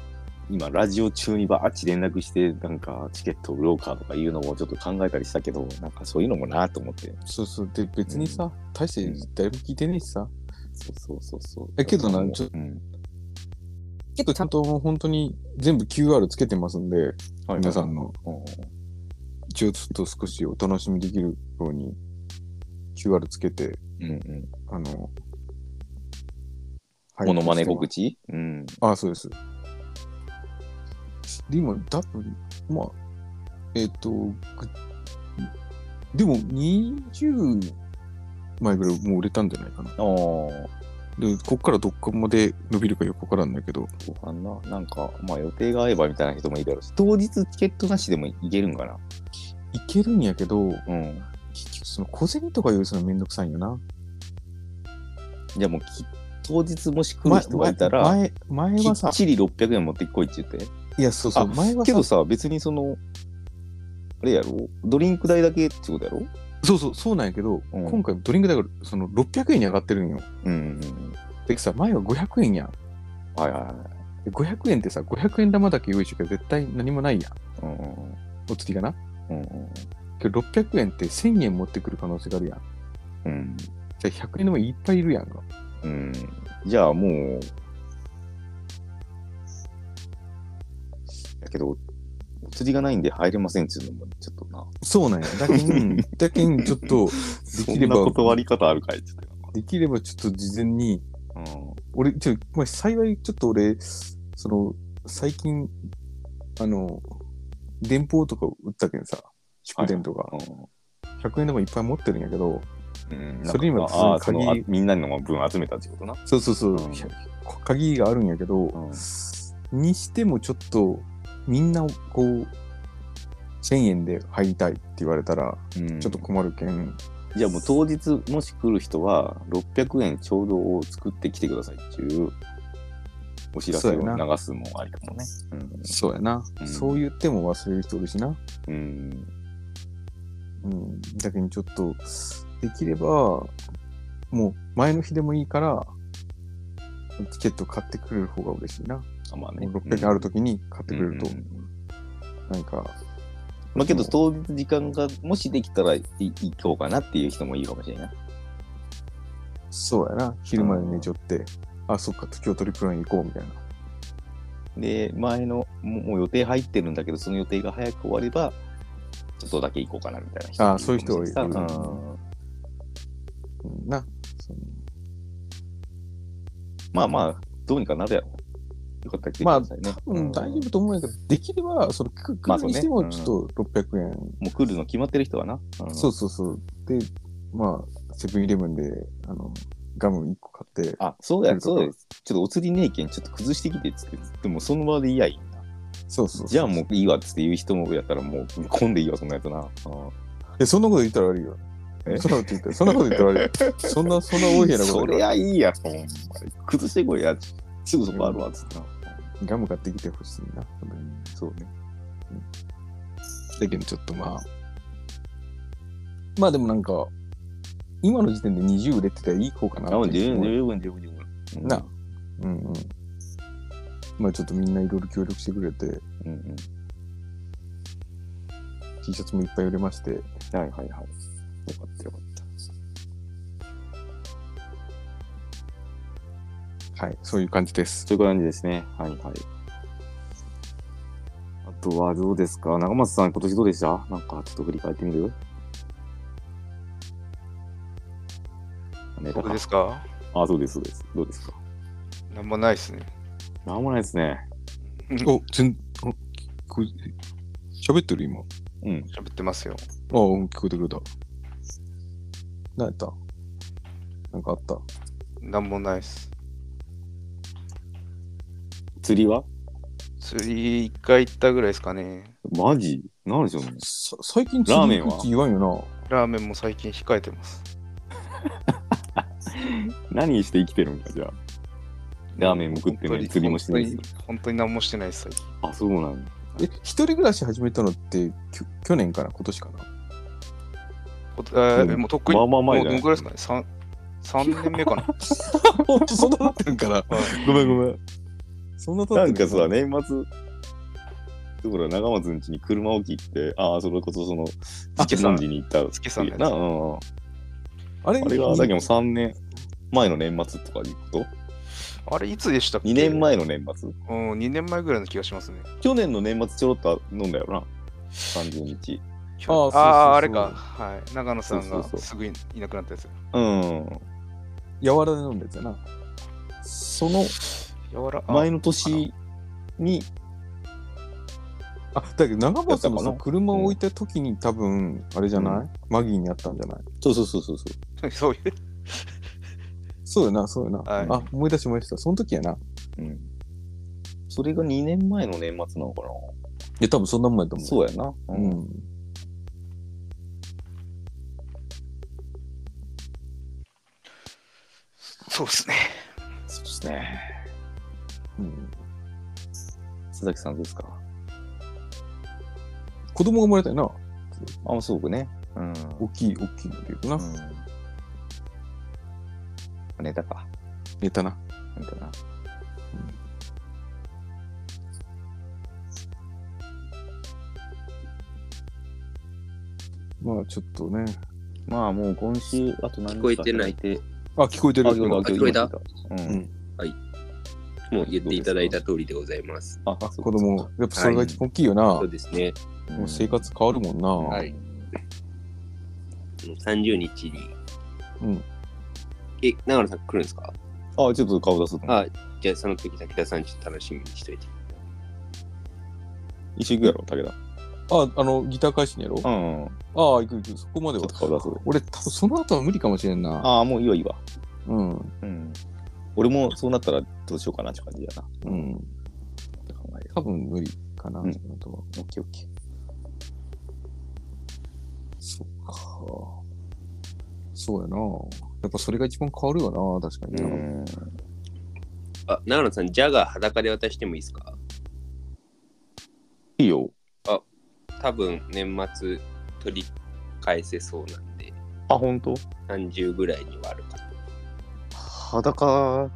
今、ラジオ中にバーッチ連絡して、なんか、チケット売ろうかとかいうのもちょっと考えたりしたけど、なんかそういうのもなと思って。
そうそう。で、別にさ、大して誰も聞いてねえしさ。
そうそうそうそう。
えけどなちょ
うん、
けどちゃんと本当に全部 QR つけてますんで、
はい
皆さんの一応ちょっと少しお楽しみできるように QR つけて、
うんうん。
あの、
モノマネ告
僕
知うん。
あ、そうです。で、今、多分、まあ、えっ、と、ぐでも20枚ぐらいもう売れたんじゃないかな。
ああ、後
で、こっからどこまで伸びるかよくわからんだけど、
半な。なんか、まあ予定が合えばみたいな人もいるやろし、当日チケットなしでもいけるんかな。
いけるんやけど、
うん。
結局その小銭とか用意するのめんどくさいんよな。
じゃあもうき、当日もし来る人がいたら、
前、前前
き
はさ
っ、ちり600円持ってこいって言って。
いや、そうそう、
あ
前は
け
さ
ど、さ、別にその、あれやろドリンク代だけってことやろ
そうそう、そうなんやけど、
うん
今回ドリンクだから、その600円に上がってるんよ。
うんうん
でさ、前は500円やん。
うん。はいはいはい。
で500円ってさ、500円玉だけ用意してから絶対何もないやん。
うんうん
お釣りがな。
うんうん
けど600円って1000円持ってくる可能性があるやん。
うん。
じゃあ100円でもいっぱいいるやんか。
うん。じゃあもう、だけど、お釣りがないんで入れませんっていうのもちょっとな。
そうなんや。だけ *laughs* ん、だけん、ちょっと、で
そ
き
ん
れ
な
ば、
断り方あるかいって
できればちょっと事前に、
言ってたよ
俺、ちょ、まあ、幸い、ちょっと俺、その、最近、あの、電報とか打ったけんさ、祝電とか、100円でもいっぱい持ってるんやけど、
うん。うん。うん
それに
なん
は
かああそ
その
のあ
鍵
みんなの分集めたってことな。
そうそうそ
う
う、
ん
ひゃ鍵があるんやけど、にしてもちょっと、みんな、こう、1000円で入りたいって言われたら、
うん
ちょっと困るけん、
じゃあもう当日もし来る人は600円ちょうどを作ってきてくださいっていうお知らせを
そうやな
流すもありかもね。
そうやな、
うん
そう言っても忘れる人おるしな。
うん。うん。
うん。だけどちょっと、できれば、もう前の日でもいいから、チケット買ってくれる方が嬉しいな。
あまあね。
600円あるときに買って
う
くれる
ん
と、なんか、
まあけど当日時間がもしできたらい行こうかなっていう人もいるかもしれないな。
そうやな、昼まで寝ちょって、あ、そっか、今日トリプルライン行こうみたいな。
で、前のももう予定入ってるんだけど、その予定が早く終われば、ちょっとだけ行こうかなみたいな人
あーそういう人はいる
かもしれないしうん
うんな、その
まあまあ、どうにかなるやろ。よかったら来てく
まあ
ださいね。
うん、大丈夫と思うんやけど、できれば、その、く
まあ
く
そう
に
ね
しても、ちょっと600円、
もう来るの決まってる人はな。うん
そうそうそう。で、まあ、セブンイレブンで、あの、ガム1個買って、
あ、そうや、
来ると
そ
か
うや。ちょっとお釣りねえけん、ちょっと崩してきてっつって、でもその場でいいやいいな。
そうそうそう
じゃあもういいわっつって言う人もやったら、もう混んでいいわ、そんなやつな。うん
え、そんなこと言ったら悪いよ。
え
そんなこと言ったら、そんなこと言ったら悪いよ。
*laughs*
そんな、そんな大変なこと
そ
言っ
り
たら
ゃいいや、ほんまに。崩してこいや、すぐそこあるわ、つってな。
ガム買ってきてほしいな。
そうね。
だけどちょっとまあ。まあでもなんか、今の時点で20売れてたらいい方かな
あ、もう
ってい
十
う
分、十分、十分、十分。うん
な。うんうん。まあちょっとみんないろいろ協力してくれて、
うんうん。
T シャツもいっぱい売れまして、
はいはいはい。よかったよかった。
はい、そういう感じです。
そういう感じですね。はいはい。あとはどうですか長松さん、今年どうでしたなんかちょっと振り返ってみるネタ
僕
か
ですか
あ、そうです、そうです。どうですか
なんもないっすね。
なんもないですね。
お、全、あ、こ喋ってる今。あ
うん。
喋ってますよ。
あ、うん聞こえてくれた。何やったなんかあった
なんもないっす。
釣りは
釣り一回行ったぐらいですかね。
マジなんでしょうね。
さ最近
ラーメンは
釣り行くって言わんよ
ラーメンも最近控えてます。
何して生きてるんか、じゃあ。ラーメンも食って
本当
ね、釣りもしてないし。
本当に本当に何もしてないっす、最近。
あ、そうなんだ。
な。え、一人暮らし始めたのってきょ去年かな今年
*laughs*
かな
こえーもうとっくに、
まあまあ前
もう
だ
ど
ね
んくらいですかね三三年目かな。
ほんとそんななってるから。
ごめんごめん。
そんな経
な
って
ん
る
かさ、年末、だから長松ん家に車を切って、ああ、それこそその、
あ
月三時に行った。
月さんのやつ
な、うんうん。
あれ
あれ
*laughs*
が、だけど3年前の年末とかいうこと
*laughs* あれ、いつでしたっけ
?2 年。前の年末
うん、2年前ぐらいの気がしますね。
去年の年末ちょろっと飲んだよな。30日。
あ
そうそうそう
あー、あれか。はい。長野さん
そう
が
そうそう
すぐいいなくなったやつ。
うん。
柔らで飲んだやつやな。
その
やわら、あ
前の年に、
あ、だけど長松も
やった
さ、
かな
車を置いた時に多分、あれじゃない、
う
マギーにあったんじゃない
そうそうそうそうそ。
そういう。
そうやな、そうやな。
はい
あ、思い出し思い出した。その時やな。いう
うん。それが2年前の年末なのかな
や、多分そんなもんやと思う。
そうやな。う。
うんん。
そうっすね。
そうですね。
うん。
佐々木さんどうですか
子供が生まれたよな。
あ、そうくね。うん。
大きい、大きいので言うとな。
うん、ネタか。
寝たな。
ネタな。
まあちょっとね。
まあもう今週、あと何日か
聞こえてない。
あ、聞こえて
あ、
る。
今
聞こえた
今今
う
うんん。
もう言っていただいた通りでございます。
あ、
あ、
そうか
子供、やっぱそれが一番大きいよな。
そうですね。
もう生活変わるもんな。
はい。30日に。
うん。
え、長野さん来るんですか
あ、ちょっと顔出すと。
あ、じゃあその時、武田さんちょっと楽しみにしといて。
一緒行くやろ、武
あ、あの、ギター返しにやろう
田。うん。
ああ、行く行く。そこまで
ちょ
は
っと。顔出す。
俺、多分その後は無理かもしれんな。
ああ、もういいわ、いいわ。
うん。
うん。俺もそうなったらどうしようかなって感じだな。
うん。
考えよ
多分無理かな。
うん
その後は
う。オッケーオッケー。
そっか。そうやな。やっぱそれが一番変わるよな、確かにな。
うん。
あ、長野さん、ジャガー裸で渡してもいいですか
いいよ。
多分年末取り返せそうなんで、
あ、ほんと
30ぐらいにはあるか
裸。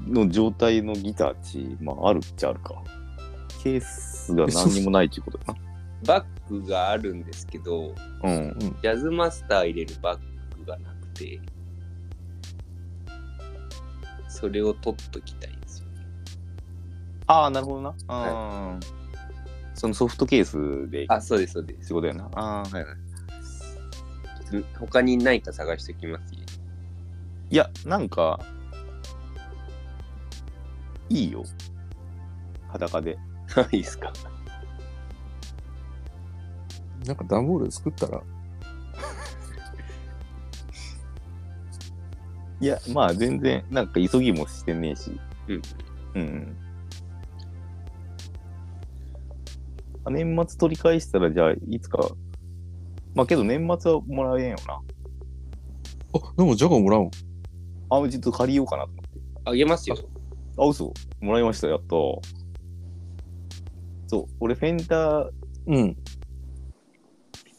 の状態のギターっち、まあ、あるっちゃあるか。ケースが何にもないっていうことか
バッグがあるんですけど、
な。うん。
ジャズマスター入れるバッグがなくて、それを取っときたいんですよ。
ああ、なるほどな。あーそのソフトケースで
あ、そうです、そうです。
仕事やな。ああ、はいはい。
他にないか探しておきます。
いや、なんか、いいよ。裸で。
いいですか。
なんか段ボール作ったら、
いや、まあ全然、なんか急ぎもしてねえし。
うん。
うん、うん。年末取り返したら、じゃあ、いつか。まあけど年末はもらえんよな。
あ、でもジャガーもらうん。
あ、ちょっと借りようかなと思って。
あげますよ。
あ、嘘。もらいました、やっと。そう、俺フェンダー
うん。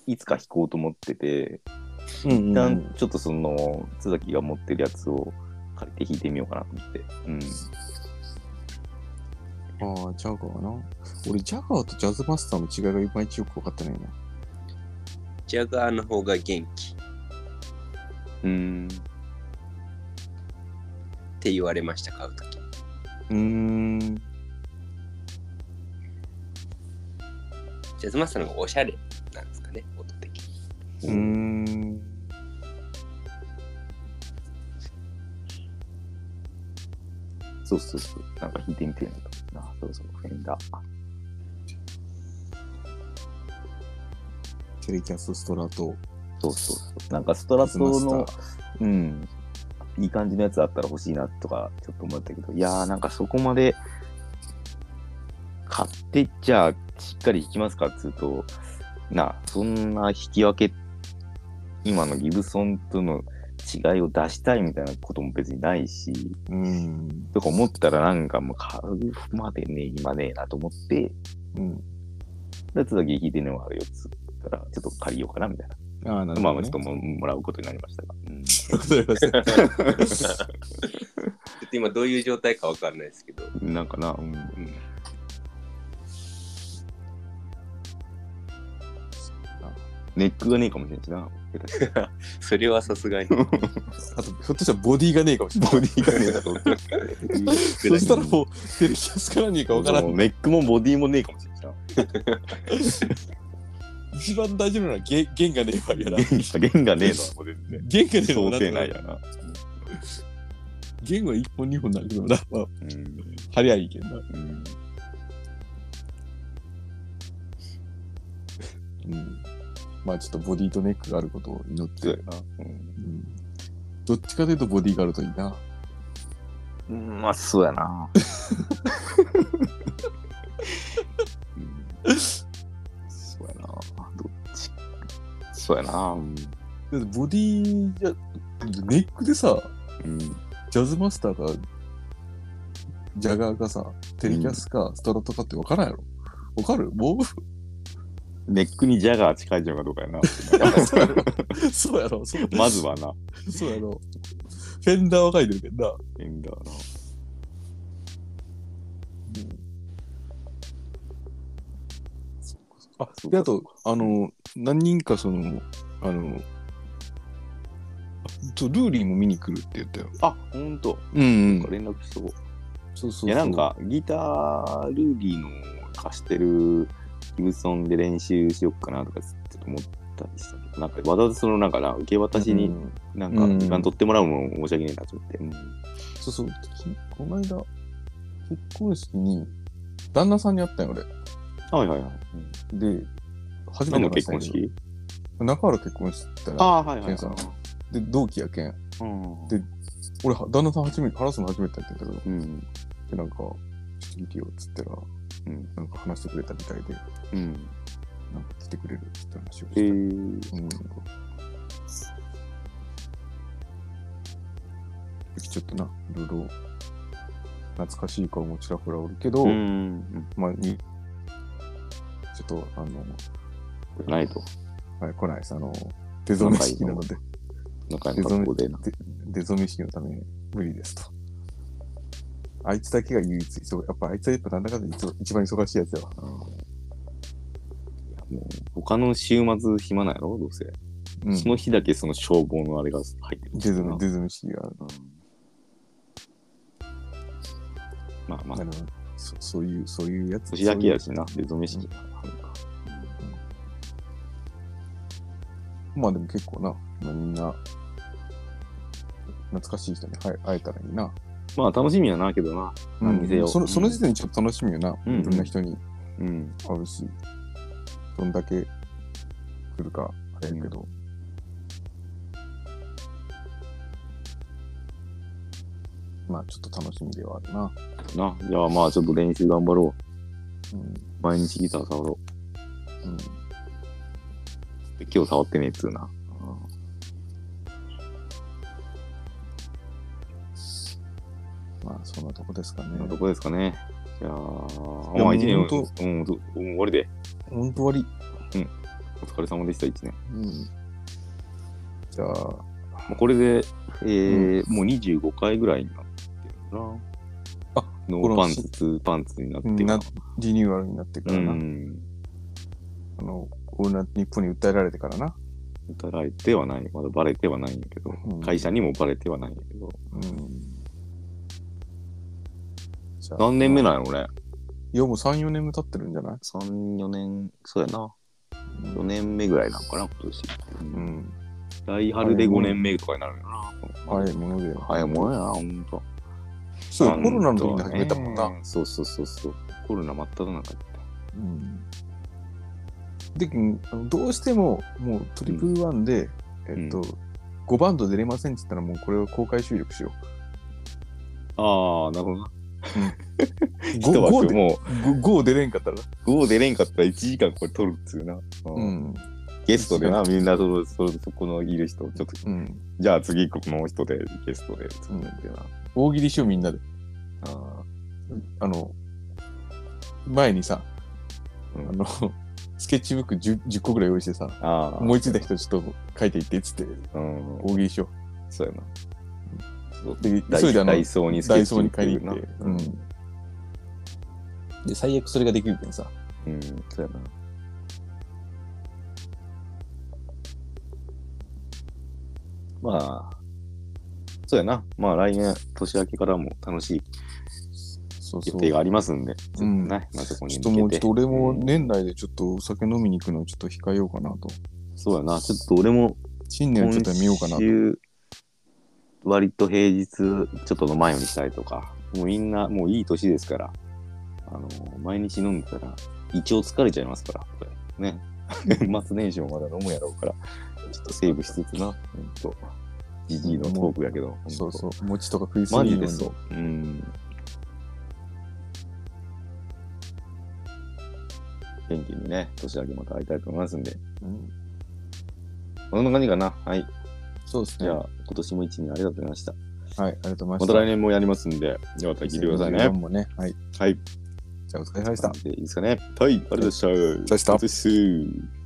いつか弾こうと思ってて、
うん
一
う
旦
ん。
ちょっとその、津崎が持ってるやつを借りて弾いてみようかなと思って。うん。
ああ、ジャガーな。俺、ジャガーとジャズマスターの違いがいまいちよく分かってないな。
ジャガーの方が元気っ
うん。
て言われました、買うとき。
うーん。
ジャズマスターの方がおしゃれなんですかね、音的に。
うーん。
そうそうそう。なんか弾いてみてるのかな。そうそう、フェンダー。
テレキャスストラト。
そうそうそう。なんかストラトの、うん、いい感じのやつあったら欲しいなとか、ちょっと思ったけど、いやーなんかそこまで、買ってじゃあ、しっかり弾きますかっつうと、なあ、そんな引き分け、今のギブソンとの違いを出したいみたいなことも別にないし、
うん。
とか思ったらなんかもう買うまでね、今ねえなと思って、
うん。
やつだけ弾いてるのは4つったら、ちょっと借りようかなみたいな。
ああ、なる
まあま
ほど、
あちょっ
ね。
とももらうことになりましたが。うん
わかりました。
ちょっと今どういう状態かわかんないですけど。
なんかな、うん。ネックがねえかもしれんしな。
それはさすがに。
*laughs* あと、ひょっとしたらボディがねえかもしれ *laughs* ない。
ボディがねえだろう。
そしたらもう、テレキャスからねえか分からん。
ネックもボディもねえかもしれんしな。
一番大事なのは弦弦がねえわやな。
弦がねえのはもう全然。
弦がねえのは
想定
な
内
んと
や
なく
な。
弦は一本二本なるけどな。まあ、
うん。
張りゃいいけんな。
うん
うん。まあちょっとボディとネックがあることを祈って。
そうや
う
な。うん
ん。どっちかというとボディがあるといいな。
うん。まあ、そうや
*laughs*
な。うんそうやな。どっちそうやな。うん
だってボディじゃ、ネックでさ、
うん。
ジャズマスターか、ジャガーかさ、テレキャスか、ストラトかって分からんやろ。分かるも
ネックにジャガー近いじゃんかどうかや *laughs* な。
う、 *laughs* そうやろ。そう
まずはな。
そうやろ。フェンダーは書いてるけどな。
フェンダーな。
あ、で、あと、あの、何人かその、あの、あとルーリーも見に来るって言ったよ。
あ、ほんと。
うん、
なんか連絡しとこう。
そうそうそう
いやなん、かギタールーリーの貸してるギブソンで練習しよっかなとかちょっと思ったりしたけどなんかわざわざそのなんかな受け渡し
う
に
ん
なん
う
か
ん
時間取ってもらうのも申し訳ねえなと思って、うん
そうそう。この間、結婚式に、旦那さんに会ったよ、俺。
はいはいはい、
で、初め
何
て
の
話し
結
たん
婚
や
式
けど中原結婚した
あ
ら、
あはいはい、
ケンさんで、同期やけん。
うん
で俺、は旦那さん初めて、話すの初めてやったけど、で、
うん
なんか、ちょっと見てよ、っつったら、
ん
なんか話してくれたみたいで、
うん
なんか来てくれるっつって話をし
え
た。
ー、
うん。ちょっとな、いろいろ、懐かしい顔もちらほらおるけど、
うん
まあ、にちょっと、あの、
ないと
はい、来ないです。あの、出初め式なので、 *laughs*
なんかの格好でな
出初め式のため無理ですと。あいつだけが唯一忙やっぱあいつはやっぱなんだかんだ一番一番忙しいやつやわ。
他の週末暇なんやろどうせ、
うん。
その日だけその消防のあれが入ってる
デズム、デズム式が。
まあまあ
なるほどそそういう、そういうやつ。
年だけやしなでゾメ式
まあでも結構な、まあ、みんな、懐かしい人に会え会えたらいいな。
まあ楽しみはなけどな何にせよ
そのその時点でちょっと楽しみよな。
うん
いろんな人に
うん
会うし、どんだけ来るかあれやけど。まあちょっと楽しみではあるな。
なじゃあまあちょっと練習頑張ろ
うん。
う毎日ギター触ろ
うん
うで今日触ってねえっつうな
まあそんなとこですかね。
どこですかねじゃあ
いや
まあ一
も
年
うほん
うんどうん終わりで
ほんと終わ
お疲れ様でした一年
り。うん。じゃあ、
もうこれでえーもう25回ぐらいになってるな
あ
ノ
こ
ー
の
パンツツーパンツになってる
なリニューアルになってか
う
らな。
ん
あの、オールナイトニッポンに訴えられてからな。
働いてはないまだバレてはないんやけど、
うん
会社にもバレてはないんやけど
うん。じゃあ
何年目なんやろ俺
いや、もう3、4年も経ってるんじゃない
34年そうやな
う
4
ん。
年目ぐらいなんかな今年、
うん、
来春で5年目とかになるよな
早いもので。
早いもんやなほんと
そう
あ
や、コロナの時に始めたもんな。
うんそうそうそうそうコロナ真っ只中だった
うん。で、うんあのどうしても、もうトリプルワンで、
ん
えっと、5バンド出れませんって言ったら、もうこれを公開収録しよ
ああなるほどな
う。
*laughs* 一
5
枠
で、
も *laughs*
5出れんかったら。
う5出れんかったら1時間これ撮るっつうな、う
うんん。
ゲストでなみんなそのそそこのいる人をちょっと
うん。
じゃあ次この人でゲストでつんだってな、
大喜利しよう、みんなで。
あ
あの、前にさ、
うん
あの、 *laughs* スケッチブック 10, 10個ぐらい用意してさ、
あー
思いついた人ちょっと書いていってっつって、
うん
大喜利しよ
そうやなそう
う。で、
ダイ
急いであの、
ダイソーにスケ
ダイ
ッチ
ソ
ブ
ー
ッ
に
ク
借りに行って、
な
うん。で、最悪それができるけどさ、
うんそうやなまあそうやなまあ来年年明けからも楽しい
そう
予
そう。
定がありますんで
うん
ねまあそこに
ちょ
向
っ
け
と
て
もう、ちょっと俺も
うん
年内でちょっとお酒飲みに行くのをちょっと控えようかなと。
そうやなちょっと俺も
新年
今
はちょっと見ようかなと。
週割と平日ちょっとの前にしたりとかもうみんなもういい年ですからあの毎日飲んでたら胃腸疲れちゃいますからこれね *laughs* 年末年始もまだ飲むやろうからちょっとセーブしつつなほんとじじいのトークやけど
そうそうう。餅とか食いす
マ
ぎ
ジ
る
で
ように
そううん元気にね年明けまた会いたいと思いますんで
うん
こんな感じかなはい
そうです
じ
ね。
ゃ
はい、
あ今年も一年ありがとうございました
ありがとうござ
ま
いました
来年もやりますんで、じゃあまた聞いてくださいね。
2024もね。はい。
はい。
じゃあお疲れ様でした。
いいですかね。はい、ありがとうございました。
した
お疲れ様です